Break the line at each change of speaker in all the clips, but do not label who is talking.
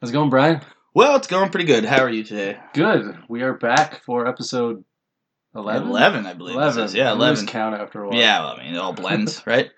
How's it going, Brian?
Well, it's going pretty good. How are you today?
Good. We are back for episode 11.
I believe. this is. Yeah,
I lose
11.
count after a while.
Yeah, well, I mean, it all blends, right?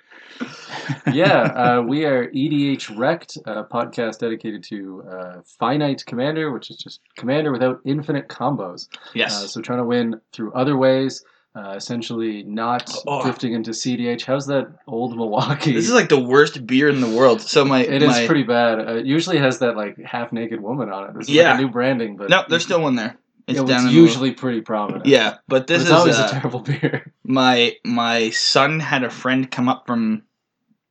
yeah, uh, we are EDH Wrecked, a podcast dedicated to uh, Finite Commander, which is just Commander without infinite combos. Uh,
Yes.
so trying to win through other ways, uh, essentially not
Oh.
drifting into CDH. How's that old Milwaukee?
this is like the worst beer in the world. So my
it is
my-
pretty bad. Uh, it usually has that like half naked woman on it. This is
Yeah.
like a new branding, but
No, there's still one there.
it's,
It's down in the-
usually pretty prominent.
Yeah,
But
but this
it's
is
always
uh,
a terrible beer.
my my son had a friend come up from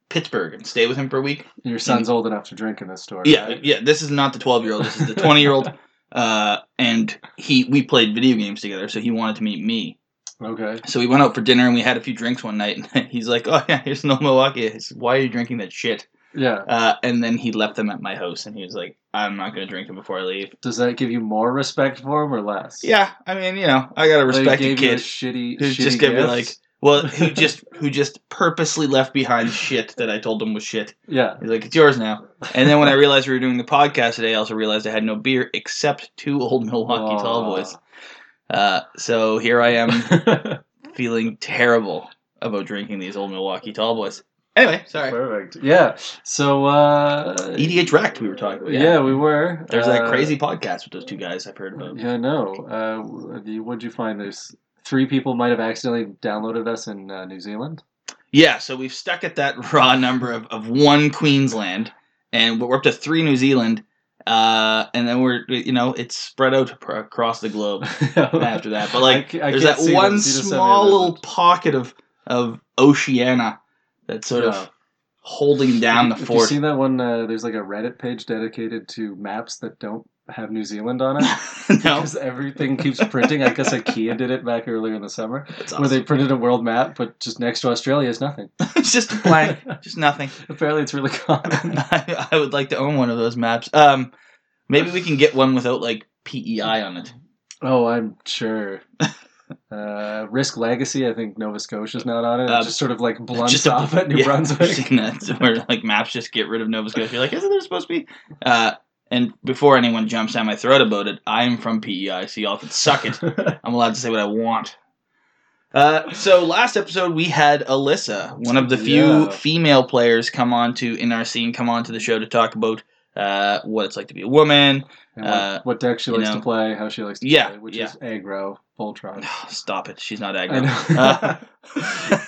Pittsburgh and stay with him for a week.
Your son's old enough to drink in this store.
Mm. Yeah,
right?
yeah. This is not the 12 year old. This is the 20 year old. Uh, and he we played video games together, so he wanted to meet me.
Okay.
So we went out for dinner and we had a few drinks one night. And he's like, "Oh yeah, here's no Milwaukee. I said, Why are you drinking that shit?"
Yeah.
Uh, and then he left them at my house, and he was like, "I'm not gonna drink them before I leave."
Does that give you more respect for him or less?
Yeah, I mean, you know, I gotta
They
respect a
gave you
kid
shitty,
who
shitty
just gave me
gifts?
like, well, who just who just purposely left behind shit that I told him was shit.
Yeah.
He's like, "It's yours now." And then when I realized we were doing the podcast today, I also realized I had no beer except two old Milwaukee tall boys. Uh, so here I am
Aw.
feeling terrible about drinking these old Milwaukee tall boys. Anyway, sorry. E
Perfect. Yeah. So. uh
EDH Wrecked, we were talking about.
Yeah.
Yeah.
we were.
There's
Uh,
that crazy podcast with those two guys I've heard about.
Yeah, I know. Uh, w- you- what'd you find? There's three people might have accidentally downloaded us in uh, New Zealand.
Yeah, so we've stuck at that raw number of, of one Queensland, and we're up to three New Zealand, uh, and then we're, you know, it's spread out pro- across the globe after that. But, like,
c-
there's
can't
that
see
one
this. You just sent me a
small little
message.
pocket of, of Oceania that's sort
Yeah.
of holding down the
Have
fort.
you seen that one? Uh, there's like a Reddit page dedicated to maps that don't have New Zealand on it.
no,
Because everything keeps printing. I guess IKEA did it back earlier in the summer,
that's
where they
awesome.
printed a world map, but just next to Australia is nothing.
it's just blank, just nothing.
Apparently, it's really common.
I, I would like to own one of those maps. Um, maybe we can get one without like PEI on it.
oh, I'm sure. Uh, Risk Legacy. I think Nova Scotia's not on it. It
Uh,
just sort of like blunts
just-
off at New
Yeah, I've
Brunswick.
seen that, so where like maps just get rid of Nova Scotia. You're like, isn't there supposed to be? Uh, and before anyone jumps down my throat about it, I'm from PEI, so y'all can suck it. I'm allowed to say what I want. Uh, so last episode we had Alyssa, one of the few
Yeah.
female players, come on to in our scene, come on to the show to talk about uh, what it's like to be a woman.
And what,
Uh,
what deck she
you
likes
know.
to play, how she likes to
Yeah,
play, which
yeah.
is aggro, Voltron.
Stop it, she's not Uh,
I
aggro.
know.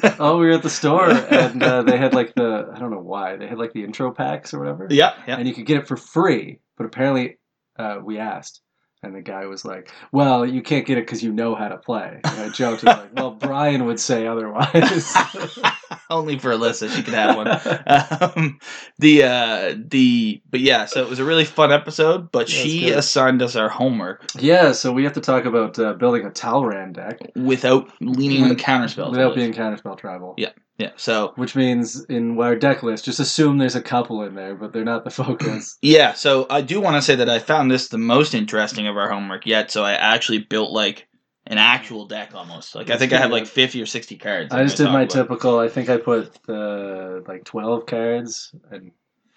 Uh,
oh, we were at the store and uh, they had like the I don't know why they had like the intro packs or whatever.
yeah, yeah.
and you could get it for free. But apparently, uh, we asked, and the guy was like, "Well, you can't get it because you know how to play." And I joked, and like, "Well, Brian would say otherwise."
Only for Alyssa, she could have one. Um, the uh, the but yeah, so it was a really fun episode. But
Yeah, it's
she
good.
assigned us our homework
yeah, so we have to talk about uh, building a Talran deck
without leaning on counterspells.
Mm-hmm. without being counterspell tribal.
Yeah. yeah, so
Which means in our deck list, just assume there's a couple in there, but they're not the focus.
yeah, so I do want to say that I found this the most interesting of our homework yet. So I actually built like an actual deck almost. Like I
That's
think I
pretty
have like
good.
fifty or sixty cards.
I
like
just did
talked
my
about.
typical. I think I put uh, like twelve cards and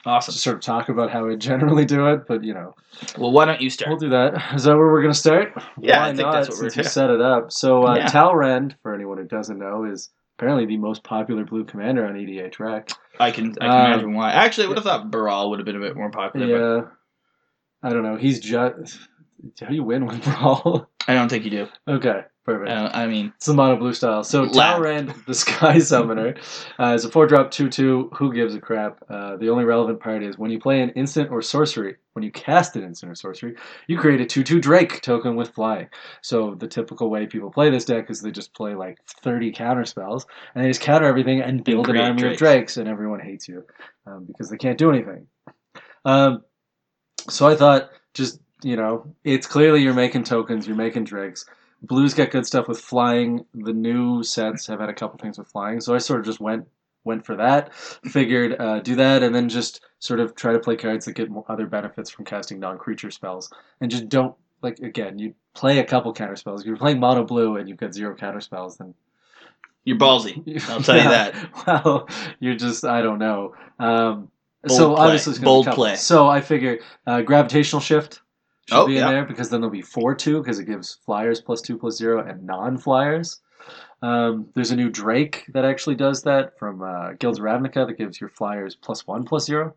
Awesome.
just sort of talk about how I generally do it. But you know,
Well, why don't you
We'll
start?
do that. Is that where we're going to start?
Yeah, I
Why
think
not,
that's what we're-
since you
yeah.
set it up. So uh,
Yeah.
Talrend, for anyone who doesn't know, is apparently the most popular blue commander on E EDH Rec.
I can I can
Um,
imagine why. Actually, I would have thought Baral would have been a bit more popular. but
Yeah, I don't know. He's just how you win with brawl.
I don't think you do.
okay, perfect.
I, don't- I mean,
It's the mono blue style. So
Lab.
Talrand, the Sky Summoner, uh, is a four drop two two. Who gives a crap? Uh, the only relevant part is when you play an instant or sorcery. When you cast an instant or sorcery, you create a two two Drake token with flying. So the typical way people play this deck is they just play like thirty counter spells and they just counter everything and build an
create
army of
drakes.
drakes, and everyone hates you um, because they can't do anything. Um, so I thought, just you know, it's clearly you're making tokens, you're making drakes. Blues got good stuff with flying. The new sets have had a couple things with flying, so I sort of just went went for that. Figured uh, do that, and then just sort of try to play cards that get more other benefits from casting non-creature spells, and just don't like again. You play a couple counter spells. If you're playing mono blue and you've got zero counter spells, then
you're ballsy. I'll tell you that.
well, you're just I don't know. Um,
Bold
so
play.
obviously it's gonna be
Bold
coupled.
play.
So I figure uh, gravitational shift should
Oh,
be in
yeah.
there because then there'll be four two because it gives flyers plus two plus zero and non flyers. Um, there's a new Drake that actually does that from uh, Guilds of Ravnica that gives your flyers plus one plus zero.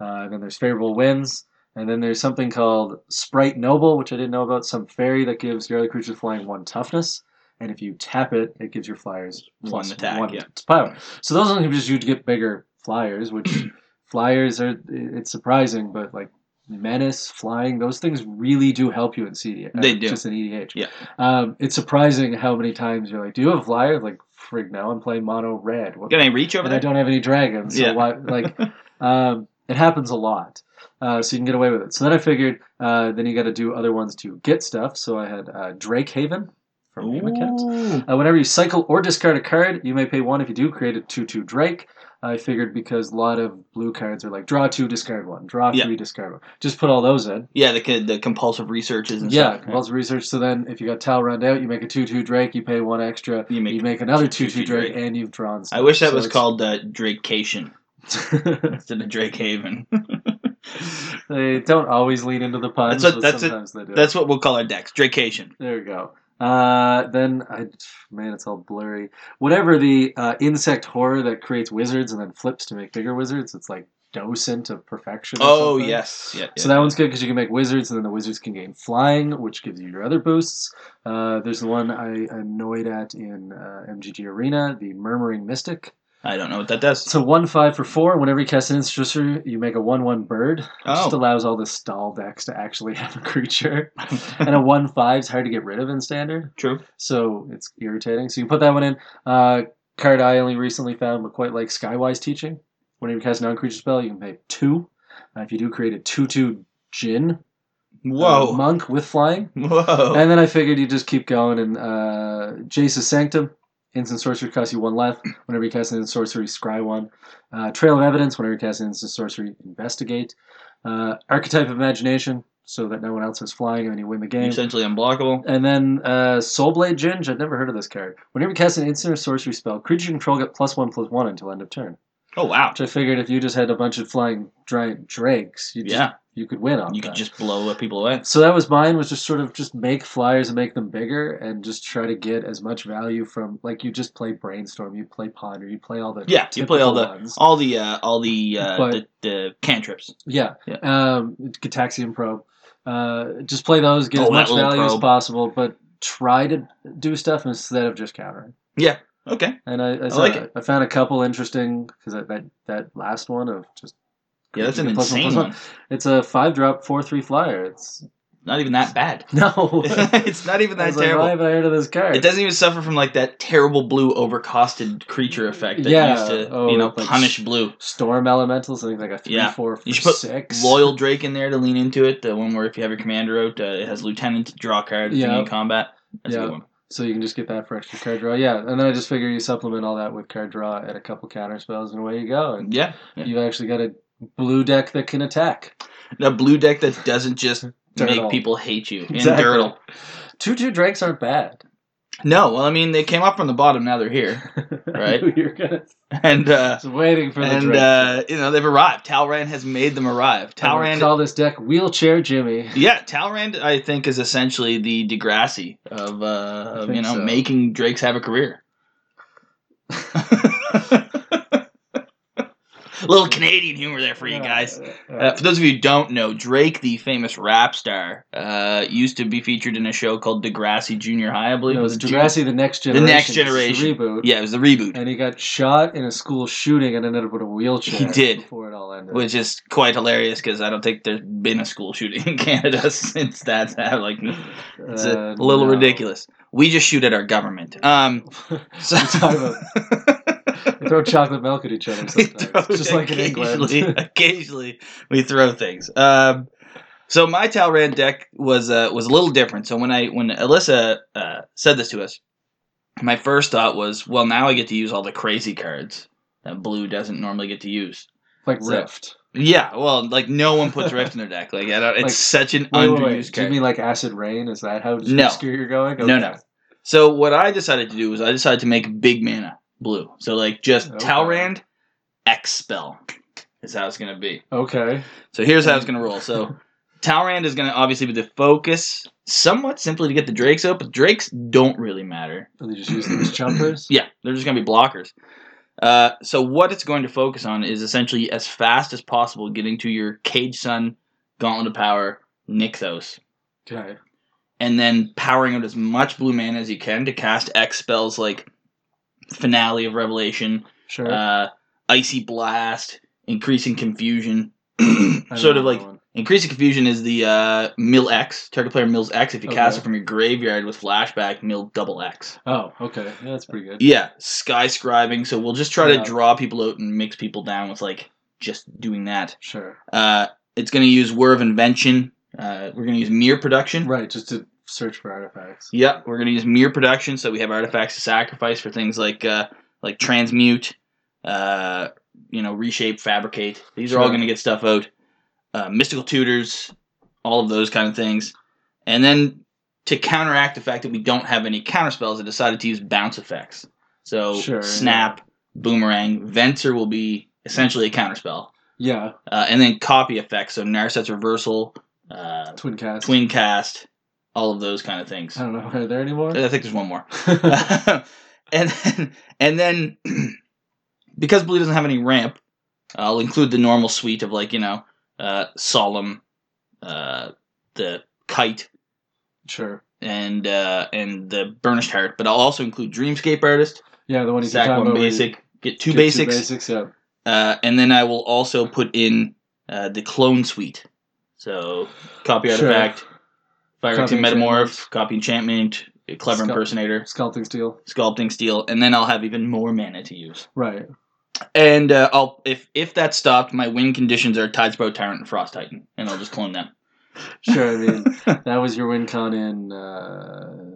Uh, and then there's favorable winds. And then there's something called Sprite Noble, which I didn't know about, some fairy that gives your other creature flying one toughness. And if you tap it, it gives your flyers
One
plus
attack,
one
yeah.
power. So those are just you to get bigger flyers, which flyers are, it's surprising, but like menace, flying, those things really do help you in CDH.
They do.
uh, Just in EDH.
Yeah.
Um, it's surprising how many times you're like, do you have a flyer? Like, frig, no, I'm playing mono red. What,
Got any reach over
and I
there?
don't have any dragons. So
Yeah.
why, like, um, it happens a lot. Uh, so you can get away with it. So then I figured, uh, then you got to do other ones to get stuff. So I had uh, Drake Haven from Amocat.
Ooh.
Uh, whenever you cycle or discard a card, you may pay one. If you do, create a 2 2 Drake. I figured because a lot of blue cards are like draw two, discard one, draw
Yeah.
three, discard one. Just put all those in.
Yeah, the co- the compulsive researches and
Yeah,
stuff.
compulsive research. So then if you got Talrond out, you make a 2 2 Drake, you pay one extra,
You make
you make another 2
2-2
2 Drake,
Drake.
and you've drawn stuff.
I wish that
So
was
it's-
called uh, Drakecation instead of Drake Haven.
they don't always lean into the puns,
That's what-
but
that's it-
sometimes they do.
That's what we'll call our decks. Drakecation.
There we go. Uh, then I, man, it's all blurry. Whatever the uh, insect horror that creates wizards and then flips to make bigger wizards, it's like docent of perfection. or
Oh
something.
yes, yeah.
So that one's good because you can make wizards, and then the wizards can gain flying, which gives you your other boosts. Uh, there's the one I annoyed at in uh, MGG Arena, the Murmuring Mystic.
I don't know what that does.
So one five for four. Whenever you cast an instant sorcery, you make a one one bird. It just
Oh,
allows all the stall decks to actually have a creature. and a one five's hard to get rid of in standard,
true.
so it's irritating. So you put that one in. Uh, card I only recently found, but quite like Skywise Teaching. Whenever you cast a non-creature spell, you can pay two. Uh, if you do create a two-two Jin uh,
Whoa,
monk with flying,
whoa.
and then I figured you just keep going and uh, Jace's Sanctum. Instant sorcery costs you one life. Whenever you cast an instant sorcery, scry one. Uh, Trail of Evidence. Whenever you cast an instant sorcery, investigate. Uh, Archetype of Imagination, so that no one else is flying, and then you win the game.
Essentially unblockable.
And then uh, Soulblade Ginge. I'd never heard of this card. Whenever you cast an instant or sorcery spell, creature control get plus one plus one until end of turn.
Oh wow.
Which I figured if you just had a bunch of flying giant drakes, you just,
Yeah,
you could win on
you
that.
could just blow people away.
So that was mine. Was just sort of just make flyers and make them bigger, and just try to get as much value from like you just play brainstorm, you play ponder, you play all the
Yeah, you play all the-
typical ones.
All the uh, all the, uh,
But-
the the cantrips.
Yeah.
Yeah.
Um, Gataxian Probe. Uh, just play those, get
Oh,
as
that
much
little
value as
probe.
possible, but try to do stuff instead of just countering.
Okay.
And I, I, said,
like
I, found a couple interesting because that that last one of just
Yeah, that's an
Plus one, plus
insane
one.
one.
it's a five drop four three flyer. It's
Not even that bad.
no,
it's not even
I
that
was like, why
terrible.
haven't I heard of this card?
It doesn't even suffer from like that terrible blue overcosted creature effect that
Yeah.
used to
Oh,
you know
like-
punish blue.
Storm elementals, I think like a three
Yeah.
four
You should put
six.
Loyal Drake in there to lean into it. The one where if you have your commander out, uh, it has lieutenant draw card if you're
Yeah.
in combat. That's
Yeah.
a good one.
So you can just get that for extra card draw. Yeah, and then I just figure you supplement all that with card draw and a couple counter spells, and away you go. And
Yeah. yeah.
you've actually got a blue deck that can attack.
A blue deck that doesn't just
Dirtle.
make people hate you. And
Exactly.
dirtle.
Two two drakes aren't bad,
No, well I mean they came up from the bottom, now they're here. Right.
You're gonna
And uh
just waiting for the
and
drake.
uh, you know they've arrived. Talran has made them arrive.
I'm gonna
Talran
call this deck wheelchair Jimmy.
Yeah, Talrand, I think, is essentially the Degrassi of, uh,
I
of
think
you know
so.
making Drake's have a career. Little Canadian humor there for you guys. Uh, for those of you who don't know, Drake, the famous rap star, uh, used to be featured in a show called Degrassi Junior High, I believe.
no, it was
Jun-
Degrassi, the next
The
generation.
Next
It's the
Generation.
reboot.
Yeah, it was the reboot,
And he got shot in a school shooting and ended up with a wheelchair.
He did.
Before it all ended.
which is quite hilarious because I don't think there's been a school shooting in Canada since that's happened. Like, it's
Uh,
a little
no.
ridiculous. We just shoot at our government. Um, so
We talk They throw chocolate milk at each other
We
sometimes.
throw-
just like in
occasionally,
England.
occasionally we throw things. Um, so my Talran deck was uh, was a little different. So when I when Alyssa uh, said this to us, my first thought was, well, now I get to use all the crazy cards that blue doesn't normally get to use.
like
So-
Rift.
Yeah, well, like no one puts Rift in their deck. Like I don't, it's
Like,
such an
Wait, wait,
underused
wait. Do you
card.
mean like Acid Rain? Is that how
No.
obscure you're going?
No, no. So what I decided to do was I decided to make big mana blue. So like just
Okay.
Talrand X spell. is how it's going to be.
Okay.
So here's how it's going to roll. So Talrand is going to obviously be the focus, somewhat simply to get the Drakes out, but Drakes don't really matter.
And they just use them as jumpers?
Yeah, they're just going to be blockers. Uh, so what it's going to focus on is essentially as fast as possible getting to your Cage Sun, Gauntlet of Power, Nykthos,
Okay.
and then powering out as much blue mana as you can to cast X spells like Finale of Revelation,
Sure.
uh, Icy Blast, Increasing Confusion.
I don't
sort of
know
like
that one.
Increasing Confusion is the uh, mill X. Target player mills X. If you cast
Okay.
it from your graveyard with flashback, mill double X.
Oh, okay. Yeah, that's pretty good.
Yeah, skyscribing. So we'll just try
Yeah.
to draw people out and mix people down with like just doing that.
Sure.
Uh, it's going to use Word of Invention. Uh, we're going to use Mirror Production.
Right, just to search for artifacts.
Yep, we're going to use Mirror Production. So we have artifacts to sacrifice for things like uh, like transmute, uh, you know, reshape, fabricate. These are all
Sure.
going to get stuff out. Uh, mystical tutors, all of those kind of things. And then to counteract the fact that we don't have any counter spells, I decided to use bounce effects. So
Sure,
snap, boomerang, venter will be essentially a counter spell.
Yeah,
Uh, and then copy effects, so Narset's reversal, uh,
twin cast.
twin cast, all of those kind of things.
I don't know. Are there anymore?
I think there's one more. and then, and then because Blue doesn't have any ramp, I'll include the normal suite of like you know, uh, solemn, uh, the kite
sure.
and uh, and the burnished heart. But I'll also include dreamscape artist,
Yeah, the one he's
sack
talking
one
about. where you
basic, get two
get
basics,
Two basics. Yeah.
Uh, and then I will also put in uh, the clone suite. So copy
Sure.
artifact, fire
Copy
team metamorph,
enchantment.
copy enchantment, clever
Sculpt.
impersonator
Sculpting steel.
sculpting steel, and then I'll have even more mana to use.
Right.
And uh, I'll if if that stopped, my win conditions are Tidesprout Tyrant and Frost Titan, and I'll just clone them.
Sure. I mean, that was your win con in. Uh,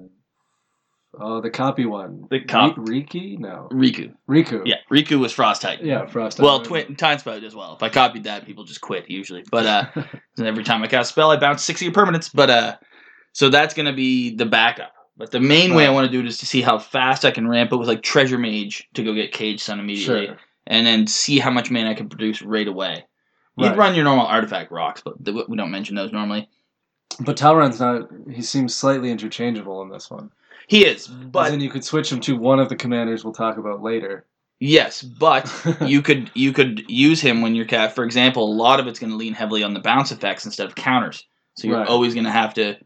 oh, the copy one.
The cop-
Ri- Riki? No.
Riku,
Riku.
yeah, Riku was Frost Titan.
Yeah, Frost.
Well,
Iron.
twi- Tidesprout as well. If I copied that, people just quit usually. But uh, every time I cast a spell, I bounce six of your permanents. But uh, so that's gonna be the backup. But the main way I want to do it is to see how fast I can ramp it with like Treasure Mage to go get Cage Sun immediately,
Sure.
and then see how much mana I can produce right away.
Right.
You'd run your normal artifact rocks, but th- we don't mention those normally.
But Talron's not. He seems slightly interchangeable in this one.
He is,
But
but
then you could switch him to one of the commanders we'll talk about later.
yes, but you could you could use him when you're cat. For example, a lot of it's going to lean heavily on the bounce effects instead of counters, so you're
Right.
always going to have to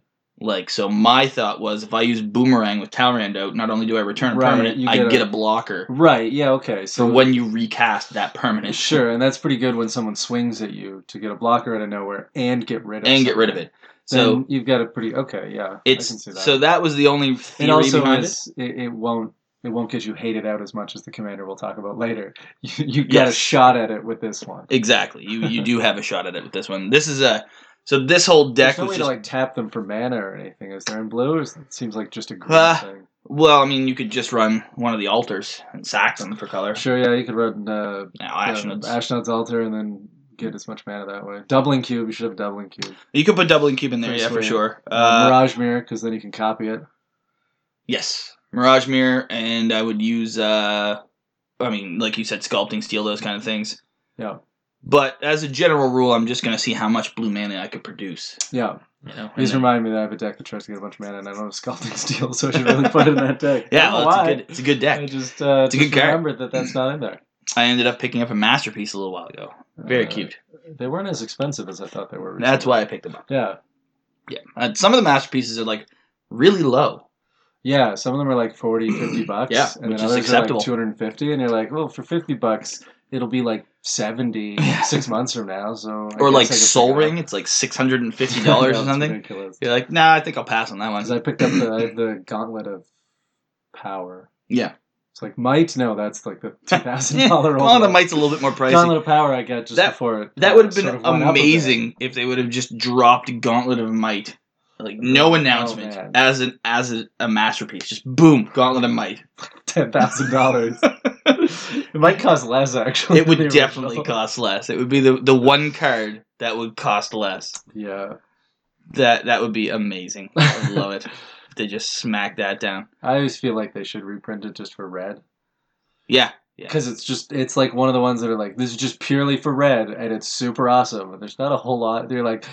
like. So my thought was, if I use boomerang with Talrand out, not only do I return a
Right,
permanent,
you
I
get a-
get a blocker
right. Yeah. Okay. So
for when you recast that permanent.
Sure, and that's pretty good when someone swings at you to get a blocker out of nowhere and get rid of
and get rid of it. So
you've got a pretty okay, yeah. I can
it's
see that.
so that was the only theory
and also
behind it.
it's, it. It, won't it won't get you hated out as much as the commander we'll talk about later. You, you got a
Yes.
shot at it with this one.
Exactly, you you do have a shot at it with this one. This is a so this whole deck
There's no
was
way
just
to like tap them for mana or anything. Is there in blue? Or is it seems like just a green
Ah.
thing.
Well, I mean, you could just run one of the altars and sack them for color.
Sure, yeah, you could run uh,
Now,
uh,
Ashnod's.
Ashnod's altar and then get as much mana that way. Doubling cube, you should have a doubling cube.
you could put doubling cube in there,
Pretty
yeah, for
sweet.
sure.
Uh,
Uh,
Mirage mirror, because then you can copy it.
yes, Mirage Mirror, and I would use, uh, I mean, like you said, sculpting steel, those kind of things.
Yeah,
But as a general rule, I'm just gonna see how much blue mana I could produce.
yeah.
You know,
Please
And then-
remind me that I have a deck that tries to get a bunch of mana, and I don't have Scalding Steel, so I should really put it in that deck.
yeah,
I don't
well,
know
it's a
Oh, why.
good, it's a good
I
deck.
just, uh,
It's a good
just
card.
remembered that that's not in there.
I ended up picking up a masterpiece a little while ago. Very
Uh,
cute.
They weren't as expensive as I thought they were. Recently.
That's why I picked them up.
Yeah,
Yeah, uh, some of the masterpieces are like really low.
yeah. Some of them are like 40, 50 bucks.
Yeah,
and
which
then
is
others
acceptable.
are like two hundred and fifty, and you're like, well, for fifty bucks, it'll be like seventy
Yeah.
six months from now. So I
Or
guess I
like
could pick
Soul
it up.
Ring, it's like six hundred and fifty dollars
Yeah,
or
it's
something.
Ridiculous.
You're like, nah, I think I'll pass on that one.
Because I picked up the, I have the Gauntlet of Power.
Yeah.
It's like might no, that's like the two thousand
Yeah,
dollar
Well, the might's a little bit more pricey.
Gauntlet of Power I got just
That-
before it.
that
uh,
would have been
sort of went up a bit.
amazing if they would have just dropped Gauntlet of Might, like no announcement
Oh, man.
as an as a, a masterpiece. Just boom, Gauntlet of Might.
Ten thousand dollars.
it
It might cost less actually.
would
than the
definitely
original.
cost less. It would be the the one card that would cost less.
Yeah,
That that would be amazing. I would love it. If they just smack that down.
I always feel like they should reprint it just for red.
Yeah, Yeah.
because it's just it's like one of the ones that are like this is just purely for red and it's super awesome and there's not a whole lot they're like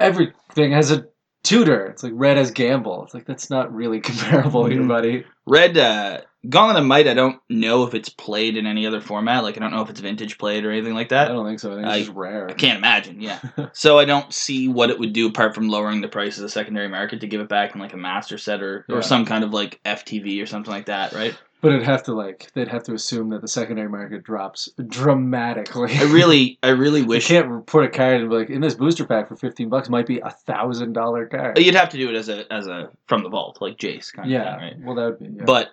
everything has a tutor it's like red has gamble it's like that's not really comparable here
Mhm.
buddy
Red uh, Gauntlet of Might. I don't know if it's played in any other format. Like I don't know if it's vintage played or anything like
i
that.
don't think so i think it's
I-
just rare
I can't imagine. Yeah. so I don't see what it would do apart from lowering the price of the secondary market to give it back in like a master set or,
Yeah.
or some kind of like FTV or something like that, right?
but it'd have to like they'd have to assume that the secondary market drops dramatically
I really, I really
you
wish
can't put a card and be like in this booster pack for 15 bucks might be a thousand dollar card
you'd have to do it as a as a from the vault like Jace kind
yeah
of thing, right?
well that would be yeah.
But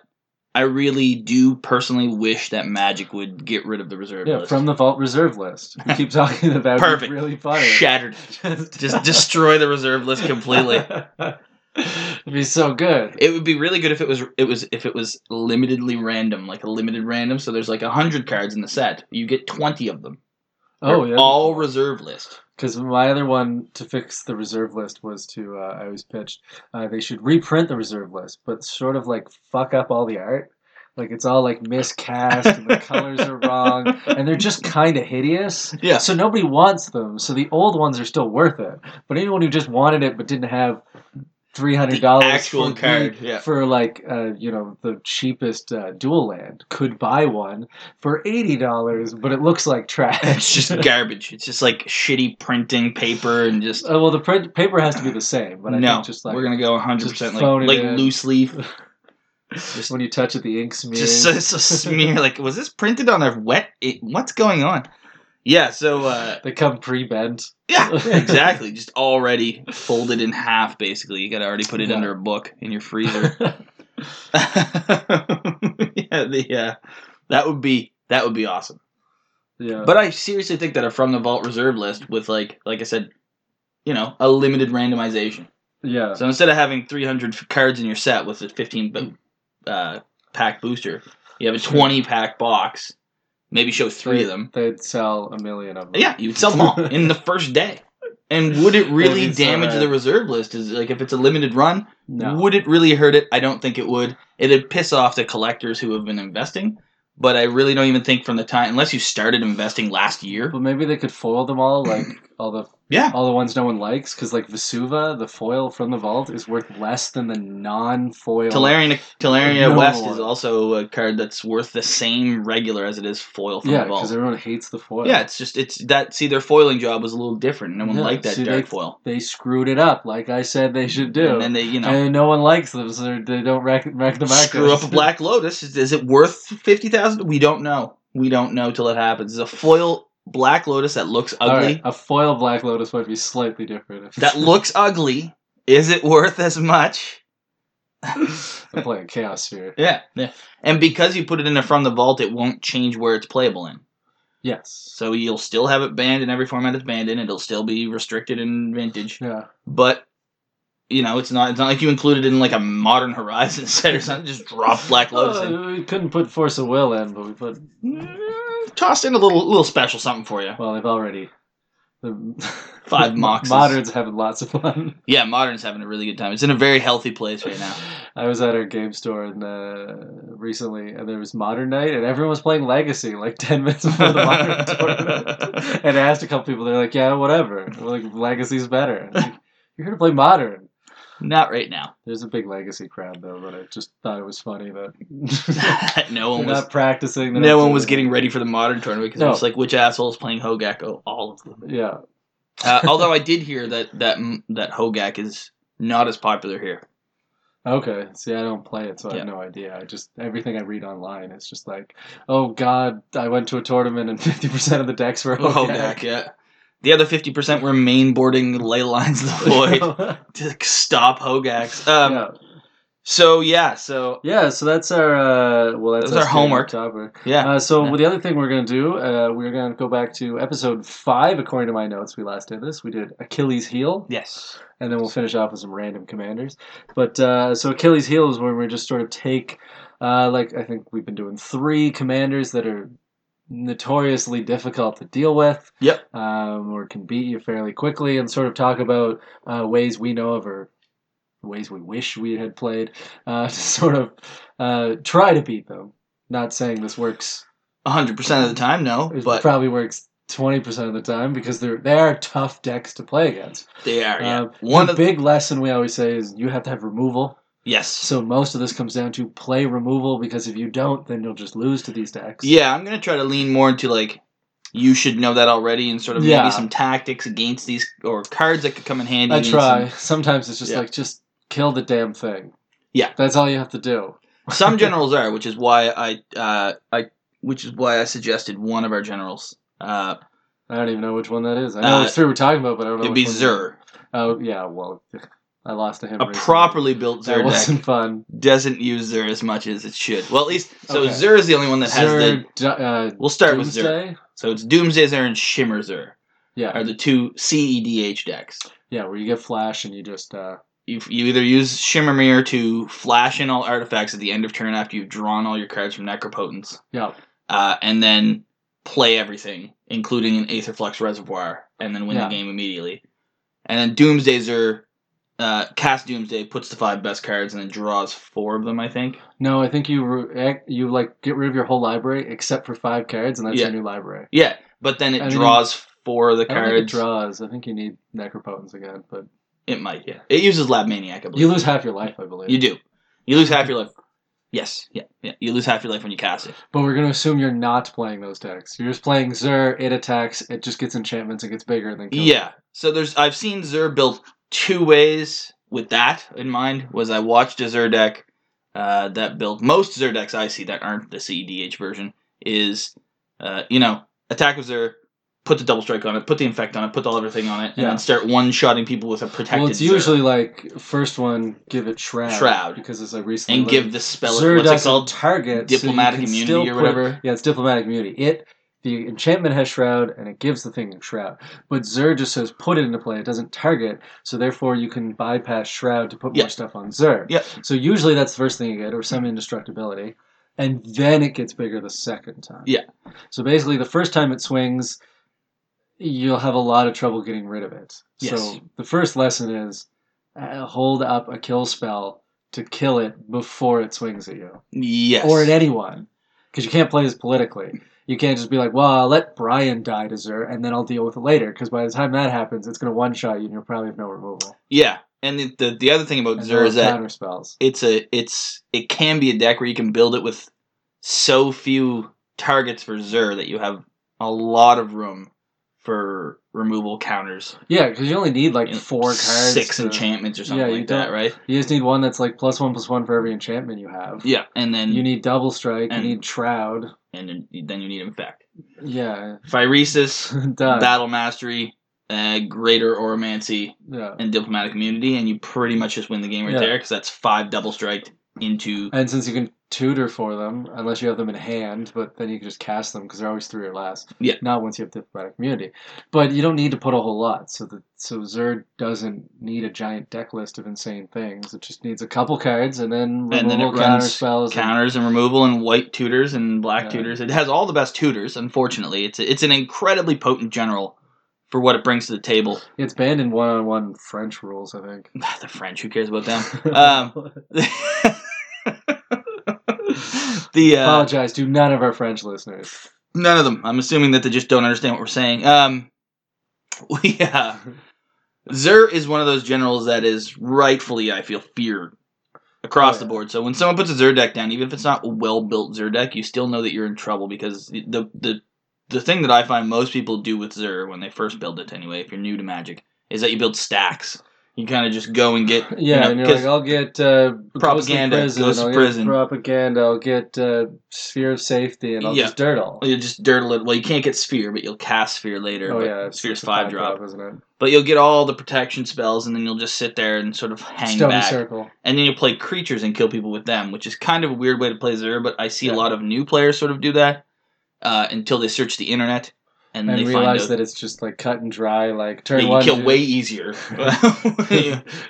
I really do personally wish that Magic would get rid of the reserve
yeah,
list.
from the vault reserve list. We keep talking about
Perfect.
really funny.
Shattered, just destroy the reserve list completely.
It'd be so good.
It would be really good if it was it was if it was limitedly random, like a limited random. So there's like hundred cards in the set. You get twenty of them.
Oh
They're
yeah,
all reserve list.
because my other one to fix the reserve list was to uh, I always pitched uh, they should reprint the reserve list, but sort of like fuck up all the art. Like it's all like miscast, and the colors are wrong, and they're just kind of hideous.
Yeah.
So nobody wants them. So the old ones are still worth it. But anyone who just wanted it but didn't have three hundred dollars
actual card, yeah.
for like uh, you know the cheapest uh, dual land could buy one for eighty dollars, but it looks like trash.
It's just garbage. It's just like shitty printing paper and just
Uh, well, the print paper has to be the same, but I
no.
think just like
we're gonna go
just
100%
phone it
like,
in.
like loose leaf. Just,
when you touch it, the ink smears.
just so, so smear. Like was this printed on a wet? It, what's going on? Yeah. So uh,
they come pre-bent.
yeah, exactly. Just already folded in half. Basically, you got to already put it
Yeah.
under a book in your freezer. yeah, the, uh, that would be that would be awesome.
yeah,
But I seriously think that a from the vault reserve list with like like I said, you know, a limited randomization.
yeah,
So instead of having 300 f- cards in your set with a 15 bo- uh, pack booster, you have a 20 pack box. Maybe show three of them.
They'd sell a million of them.
Yeah, you'd sell them all in the first day. And would it really
That'd be so
damage
rad.
the reserve list? Is like if it's a limited run,
uh, no.
would it really hurt it? I don't think it would. It'd piss off the collectors who have been investing. But I really don't even think from the time, unless you started investing last year.
But maybe they could foil them all, like all the
Yeah.
all the ones no one likes, because like Vesuva, the foil from the vault is worth less than the non-foil.
Talarian, Talaria
No.
West is also a card that's worth the same regular as it is foil from
yeah,
the vault.
because everyone hates the foil.
Yeah, it's just it's that. See, their foiling job was a little different. No one
Yeah,
liked that
see,
dark
they-
foil.
they screwed it up, like I said they should do,
And then they, you know,
And no one likes them, so they're- they don't wreck, wreck the market.
screw up a Black Lotus. Is, is it worth fifty thousand? We don't know. We don't know till it happens. It's a foil Black Lotus that looks
All
ugly.
right, a foil Black Lotus might be slightly different.
That looks ugly. Is it worth as much?
I'm playing Chaos Sphere.
yeah, yeah. And because you put it in a from the vault, it won't change where it's playable in.
Yes.
So you'll still have it banned in every format it's banned in. It'll still be restricted in vintage,
Yeah.
but you know it's not. It's not like you included it in like a modern Horizon set or something. Just drop Black Lotus. in.
Uh, we couldn't put Force of Will in, but we put.
Mm, Toss in a little little special something for you.
Well, they've already. The,
Five moxes.
Moderns having lots of fun.
Yeah, modern's having a really good time. It's in a very healthy place right now.
I was at our game store and uh, recently, and there was Modern Night, and everyone was playing Legacy like ten minutes before the Modern tournament. And I asked a couple people, they're like, "Yeah, whatever. And we're like Legacy's better." I'm like, You're here to play Modern.
Not right now.
There's a big Legacy crowd though, but I just thought it was funny that
no
they're
one was.
not practicing. they're
No
not
one was
doing
getting ready for the modern tournament because
No.
it was like which asshole is playing Hogak? Oh, all of them.
it. Yeah,
Uh, although I did hear that that that Hogak is not as popular here.
Okay. See, I don't play it, so I
Yeah.
have no idea. I just everything I read online is just like, oh god, I went to a tournament and fifty percent of the decks were
Oh, heck, yeah. The other fifty percent were mainboarding ley lines of the void to stop Hogax. Um,
yeah.
So yeah, so
yeah. So that's our uh, well, that's,
That was
standard
our homework.
Topic.
yeah,
Uh, so
Yeah.
the other thing we're gonna do, uh, we're gonna go back to episode five. According to my notes, we last did this. We did Achilles' heel.
yes,
and then we'll finish off with some random commanders. But uh, so Achilles' heel is where we just sort of take, uh, like I think we've been doing three commanders that are notoriously difficult to deal with.
Yep.
Um, or can beat you fairly quickly, and sort of talk about uh, ways we know of or ways we wish we had played uh, to sort of uh, try to beat them. Not saying this works
hundred percent of the time, no,
It
but
probably works twenty percent of the time because they're they are tough decks to play against.
they are. Yeah,
Um,
one
the
of the,
big lesson we always say is you have to have removal.
yes.
So most of this comes down to play removal because if you don't, then you'll just lose to these decks.
Yeah, I'm gonna try to lean more into like you should know that already, and sort of
Yeah.
maybe some tactics against these or cards that could come in handy.
I
against
try.
them.
Sometimes it's just
Yeah.
like just kill the damn thing.
Yeah.
that's all you have to do.
Some generals are, which is why I, uh, I, which is why I suggested one of our generals. Uh,
I don't even know which one that is. I know
Uh,
which three we're talking about, but I don't know.
it'd
which
be
one-
Zer,
Oh yeah, well, I lost to him.
a
recently.
properly built Zer
That
deck.
wasn't fun.
doesn't use Zer as much as it should. Well, at least so
Okay.
Zer is the only one that has
Zer,
the.
Du- uh,
We'll start with Zer.
Doomsday.
So it's Doomsday Zer and Shimmer Zer
Yeah,
are the two CEDH decks.
yeah, where you get flash and you just uh,
You, you either use Shimmer Mirror to flash in all artifacts at the end of turn after you've drawn all your cards from Necropotence,
yeah,
uh, and then play everything, including an Aetherflux Reservoir, and then win
Yeah.
the game immediately. And then Doomsday Zer uh, casts Doomsday, puts the five best cards, and then draws four of them, I think.
No, I think you re- ac- you like get rid of your whole library except for five cards, and that's
Yeah.
your new library.
Yeah, but then it
And then
draws four of the
I don't think it
cards.
draws. I think you need necropotence again, but
It might, yeah. It uses Lab Maniac, I believe.
you lose half your life, I believe.
You do. You lose half your life. Yes, yeah, yeah. You lose half your life when you cast it.
But we're gonna assume you're not playing those decks. You're just playing Xur. It attacks. It just gets enchantments. It gets bigger and then kills.
Yeah. So there's I've seen Xur built two ways with that in mind. Was I watched a Xur deck uh, that built most Xur decks I see that aren't the CEDH version is uh, you know, attack with Xur, put the double strike on it, put the infect on it, put the everything on it, and
Yeah.
then start one shotting people with a protected
Well, it's
Xur
usually like first one, give it shroud,
Shroud.
because it's like recently
and
learned.
give the spell
Xur
what's it
doesn't
called?
target so you
Diplomatic
can
immunity
still
or
put-
whatever?
yeah, it's diplomatic immunity. It the enchantment has shroud and it gives the thing a shroud, but Xur just says put it into play. It doesn't target, so therefore you can bypass shroud to put
Yeah.
more stuff on Xur.
Yeah.
So usually that's the first thing you get, or some indestructibility, and then it gets bigger the second time.
Yeah.
So basically, the first time it swings, you'll have a lot of trouble getting rid of it.
Yes.
So the first lesson is uh, hold up a kill spell to kill it before it swings at you
Yes.
or at anyone, because you can't play this politically. You can't just be like, well, I'll let Brian die to Xur, and then I'll deal with it later. Because by the time that happens, it's going to one shot you, and you'll probably have no removal.
Yeah, and the the, the other thing about
And
Xur is
no
that
counter spells.
it's a it's it can be a deck where you can build it with so few targets for Xur that you have a lot of room for removal counters,
Yeah, because you only need like
You know,
four cards.
six
to-
enchantments or something
Yeah, you
like that,
don't-
right?
You just need one that's like plus one plus one for every enchantment you have.
Yeah, and then
You need double strike.
and-
you need shroud.
and then- then you need infect,
Yeah,
Phyresis,
done.
Battle Mastery, uh, Greater Oromancy,
yeah.
and Diplomatic Immunity, and you pretty much just win the game right
Yeah.
there because that's five double striked into
And since you can tutor for them, unless you have them in hand, but then you can just cast them because they're always three or less.
Yeah.
Not once you have diplomatic immunity, but you don't need to put a whole lot. So the so Zerd doesn't need a giant deck list of insane things. It just needs a couple cards and then
And
removal
then it runs
counter spells. and-
counters and removal and white tutors and black
Yeah.
tutors. It has all the best tutors. Unfortunately, it's it's an incredibly potent general for what it brings to the table. Ah,
it's banned in one on one French rules, I think.
the French, who cares about them? Um, the uh,
Apologize to none of our French listeners.
none of them. I'm assuming that they just don't understand what we're saying. Um, yeah, Xur is one of those generals that is rightfully, I feel, feared across
Oh,
the
yeah.
board. So when someone puts a Xur deck down, even if it's not a well built Xur deck, you still know that you're in trouble because the the the thing that I find most people do with Xur when they first build it, anyway, if you're new to Magic, is that you build stacks. You kind of just go and get you
Yeah,
know,
and you're
'cause-
like, I'll get uh, ghostly
Propaganda,
prison,
ghost
I'll
prison.
get propaganda, I'll get uh, sphere of safety, and I'll
Yeah. Oh,
just dirt all.
you just dirt a little. Well, you can't get Sphere, but you'll cast Sphere later.
Oh
but
yeah, it's,
Sphere's
it's a
five drop.
isn't it?
But you'll get all the protection spells, and then you'll just sit there and sort of hang
Stony
back.
circle.
and then you play creatures and kill people with them, which is kind of a weird way to play Xur, but I see a
Yeah.
lot of new players sort of do that uh, until they search the internet and,
And
they
realize
find out
that it's just like cut and dry. Like
that
turn
you
one.
kill
two-
way easier.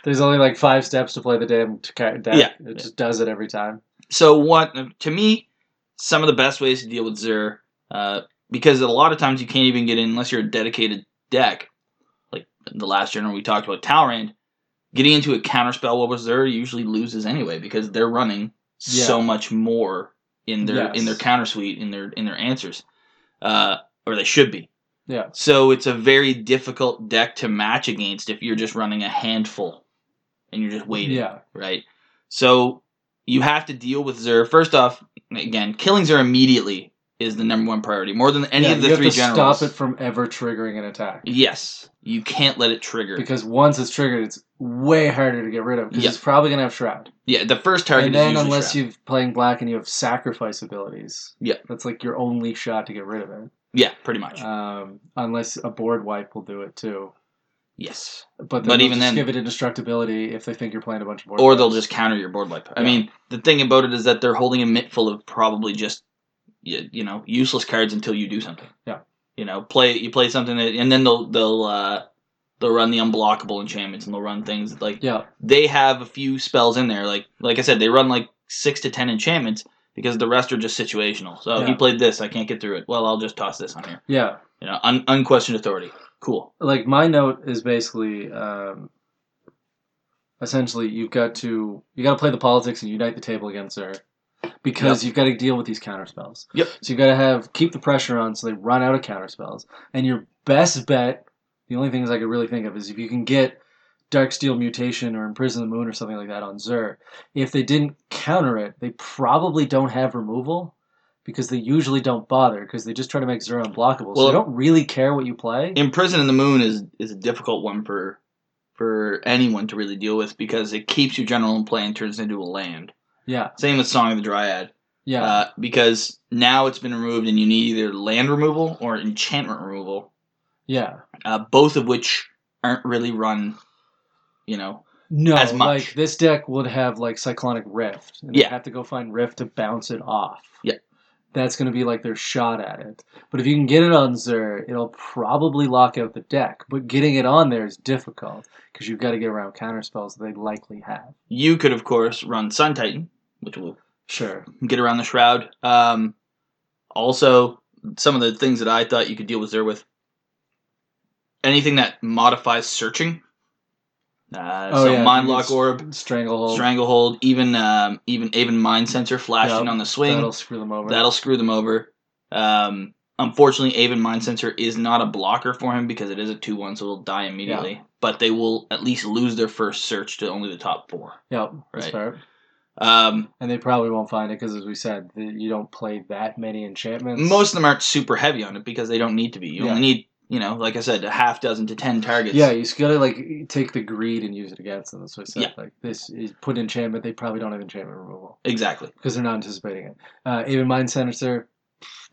There's only like five steps to play the damn t- ca- deck.
Yeah.
It just does it every time.
so what to me, some of the best ways to deal with Xur, uh, because a lot of times you can't even get in unless you're a dedicated deck. Like the last general we talked about, Talrand, getting into a counterspell while with Xur usually loses anyway because they're running so much more in their in their
Yes.
counter suite in their in their answers, uh, or they should be.
Yeah.
So it's a very difficult deck to match against if you're just running a handful, and you're just waiting
Yeah.
right? So you have to deal with Xur. First off, again, killing Xur immediately is the number one priority, more than any
Yeah,
of the
you
three
have to
generals.
stop it from ever triggering an attack.
Yes, you can't let it trigger.
Because once it's triggered, it's way harder to get rid of because
Yeah.
it's probably going to have Shroud.
yeah, the first target
and then
is usually
unless
unless you
you're playing black and you have sacrifice abilities,
Yeah.
that's like your only shot to get rid of it.
yeah, pretty much
Um, unless a board wipe will do it too.
yes,
But,
But
then
even
even just
then-
give it indestructibility if they think you're playing a bunch of board
or they'll
wipes.
just counter your board wipe. I
Yeah.
mean, the thing about it is that they're holding a mitt full of probably just you, you know useless cards until you do something.
Yeah.
you know, play you play something that, and then they'll they'll uh, they'll run the unblockable enchantments and they'll run things that, like
yeah,
they have a few spells in there. Like like I said, they run like six to ten enchantments because the rest are just situational. So he
Yeah.
played this, I can't get through it. Well, I'll just toss this on here.
yeah.
You know, un- unquestioned authority. Cool.
like my note is basically um, essentially you've got to you got to play the politics and unite the table against her because you've got to deal with these counter spells.
Yep.
So you've got to have keep the pressure on so they run out of counter spells. And your best bet, the only things I could really think of is if you can get Dark Steel Mutation or Imprison the Moon or something like that on Xur. If they didn't counter it, they probably don't have removal because they usually don't bother because they just try to make Xur unblockable. so
Well-
they don't really care what you play.
Imprison in the moon is is a difficult one for for anyone to really deal with because it keeps your general in play and turns into a land.
Yeah,
Same with Song of the Dryad.
yeah.
Uh, because now it's been removed and you need either land removal or enchantment removal,
Yeah.
uh, both of which aren't really run, you know,
No,
As much.
like this deck would have like Cyclonic Rift, and
Yeah.
they have to go find Rift to bounce it off.
Yeah.
that's going to be like their shot at it. But if you can get it on Xur, it'll probably lock out the deck. But getting it on there is difficult because you've got to get around counter spells that they likely have.
You could, of course, run Sun Titan, which will
Sure.
get around the shroud. Um, also, some of the things that I thought you could deal with there with anything that modifies searching. Uh, so
Oh, yeah,
mind
you
lock
can
orb,
s- stranglehold,
stranglehold, even um, even even mind sensor flashing
Yeah,
on the swing.
that'll
That'll,
screw them over.
screw them over. Um, unfortunately, Avon Mind Sensor is not a blocker for him because it is a two-one, so it'll die immediately. But they will at least lose their first search to only the top four.
yep, that's
Right.
fair.
Um,
And they probably won't find it because, as we said, the, you don't play that many enchantments.
most of them aren't super heavy on it because they don't need to be. You
Yeah.
only need, you know, like I said, a half dozen to ten targets.
Yeah, you just gotta like take the greed and use it against them. That's what I said.
Yeah.
Like this is put enchantment. They probably don't have enchantment removal
exactly.
because they're not anticipating it. Uh, even mind sensor,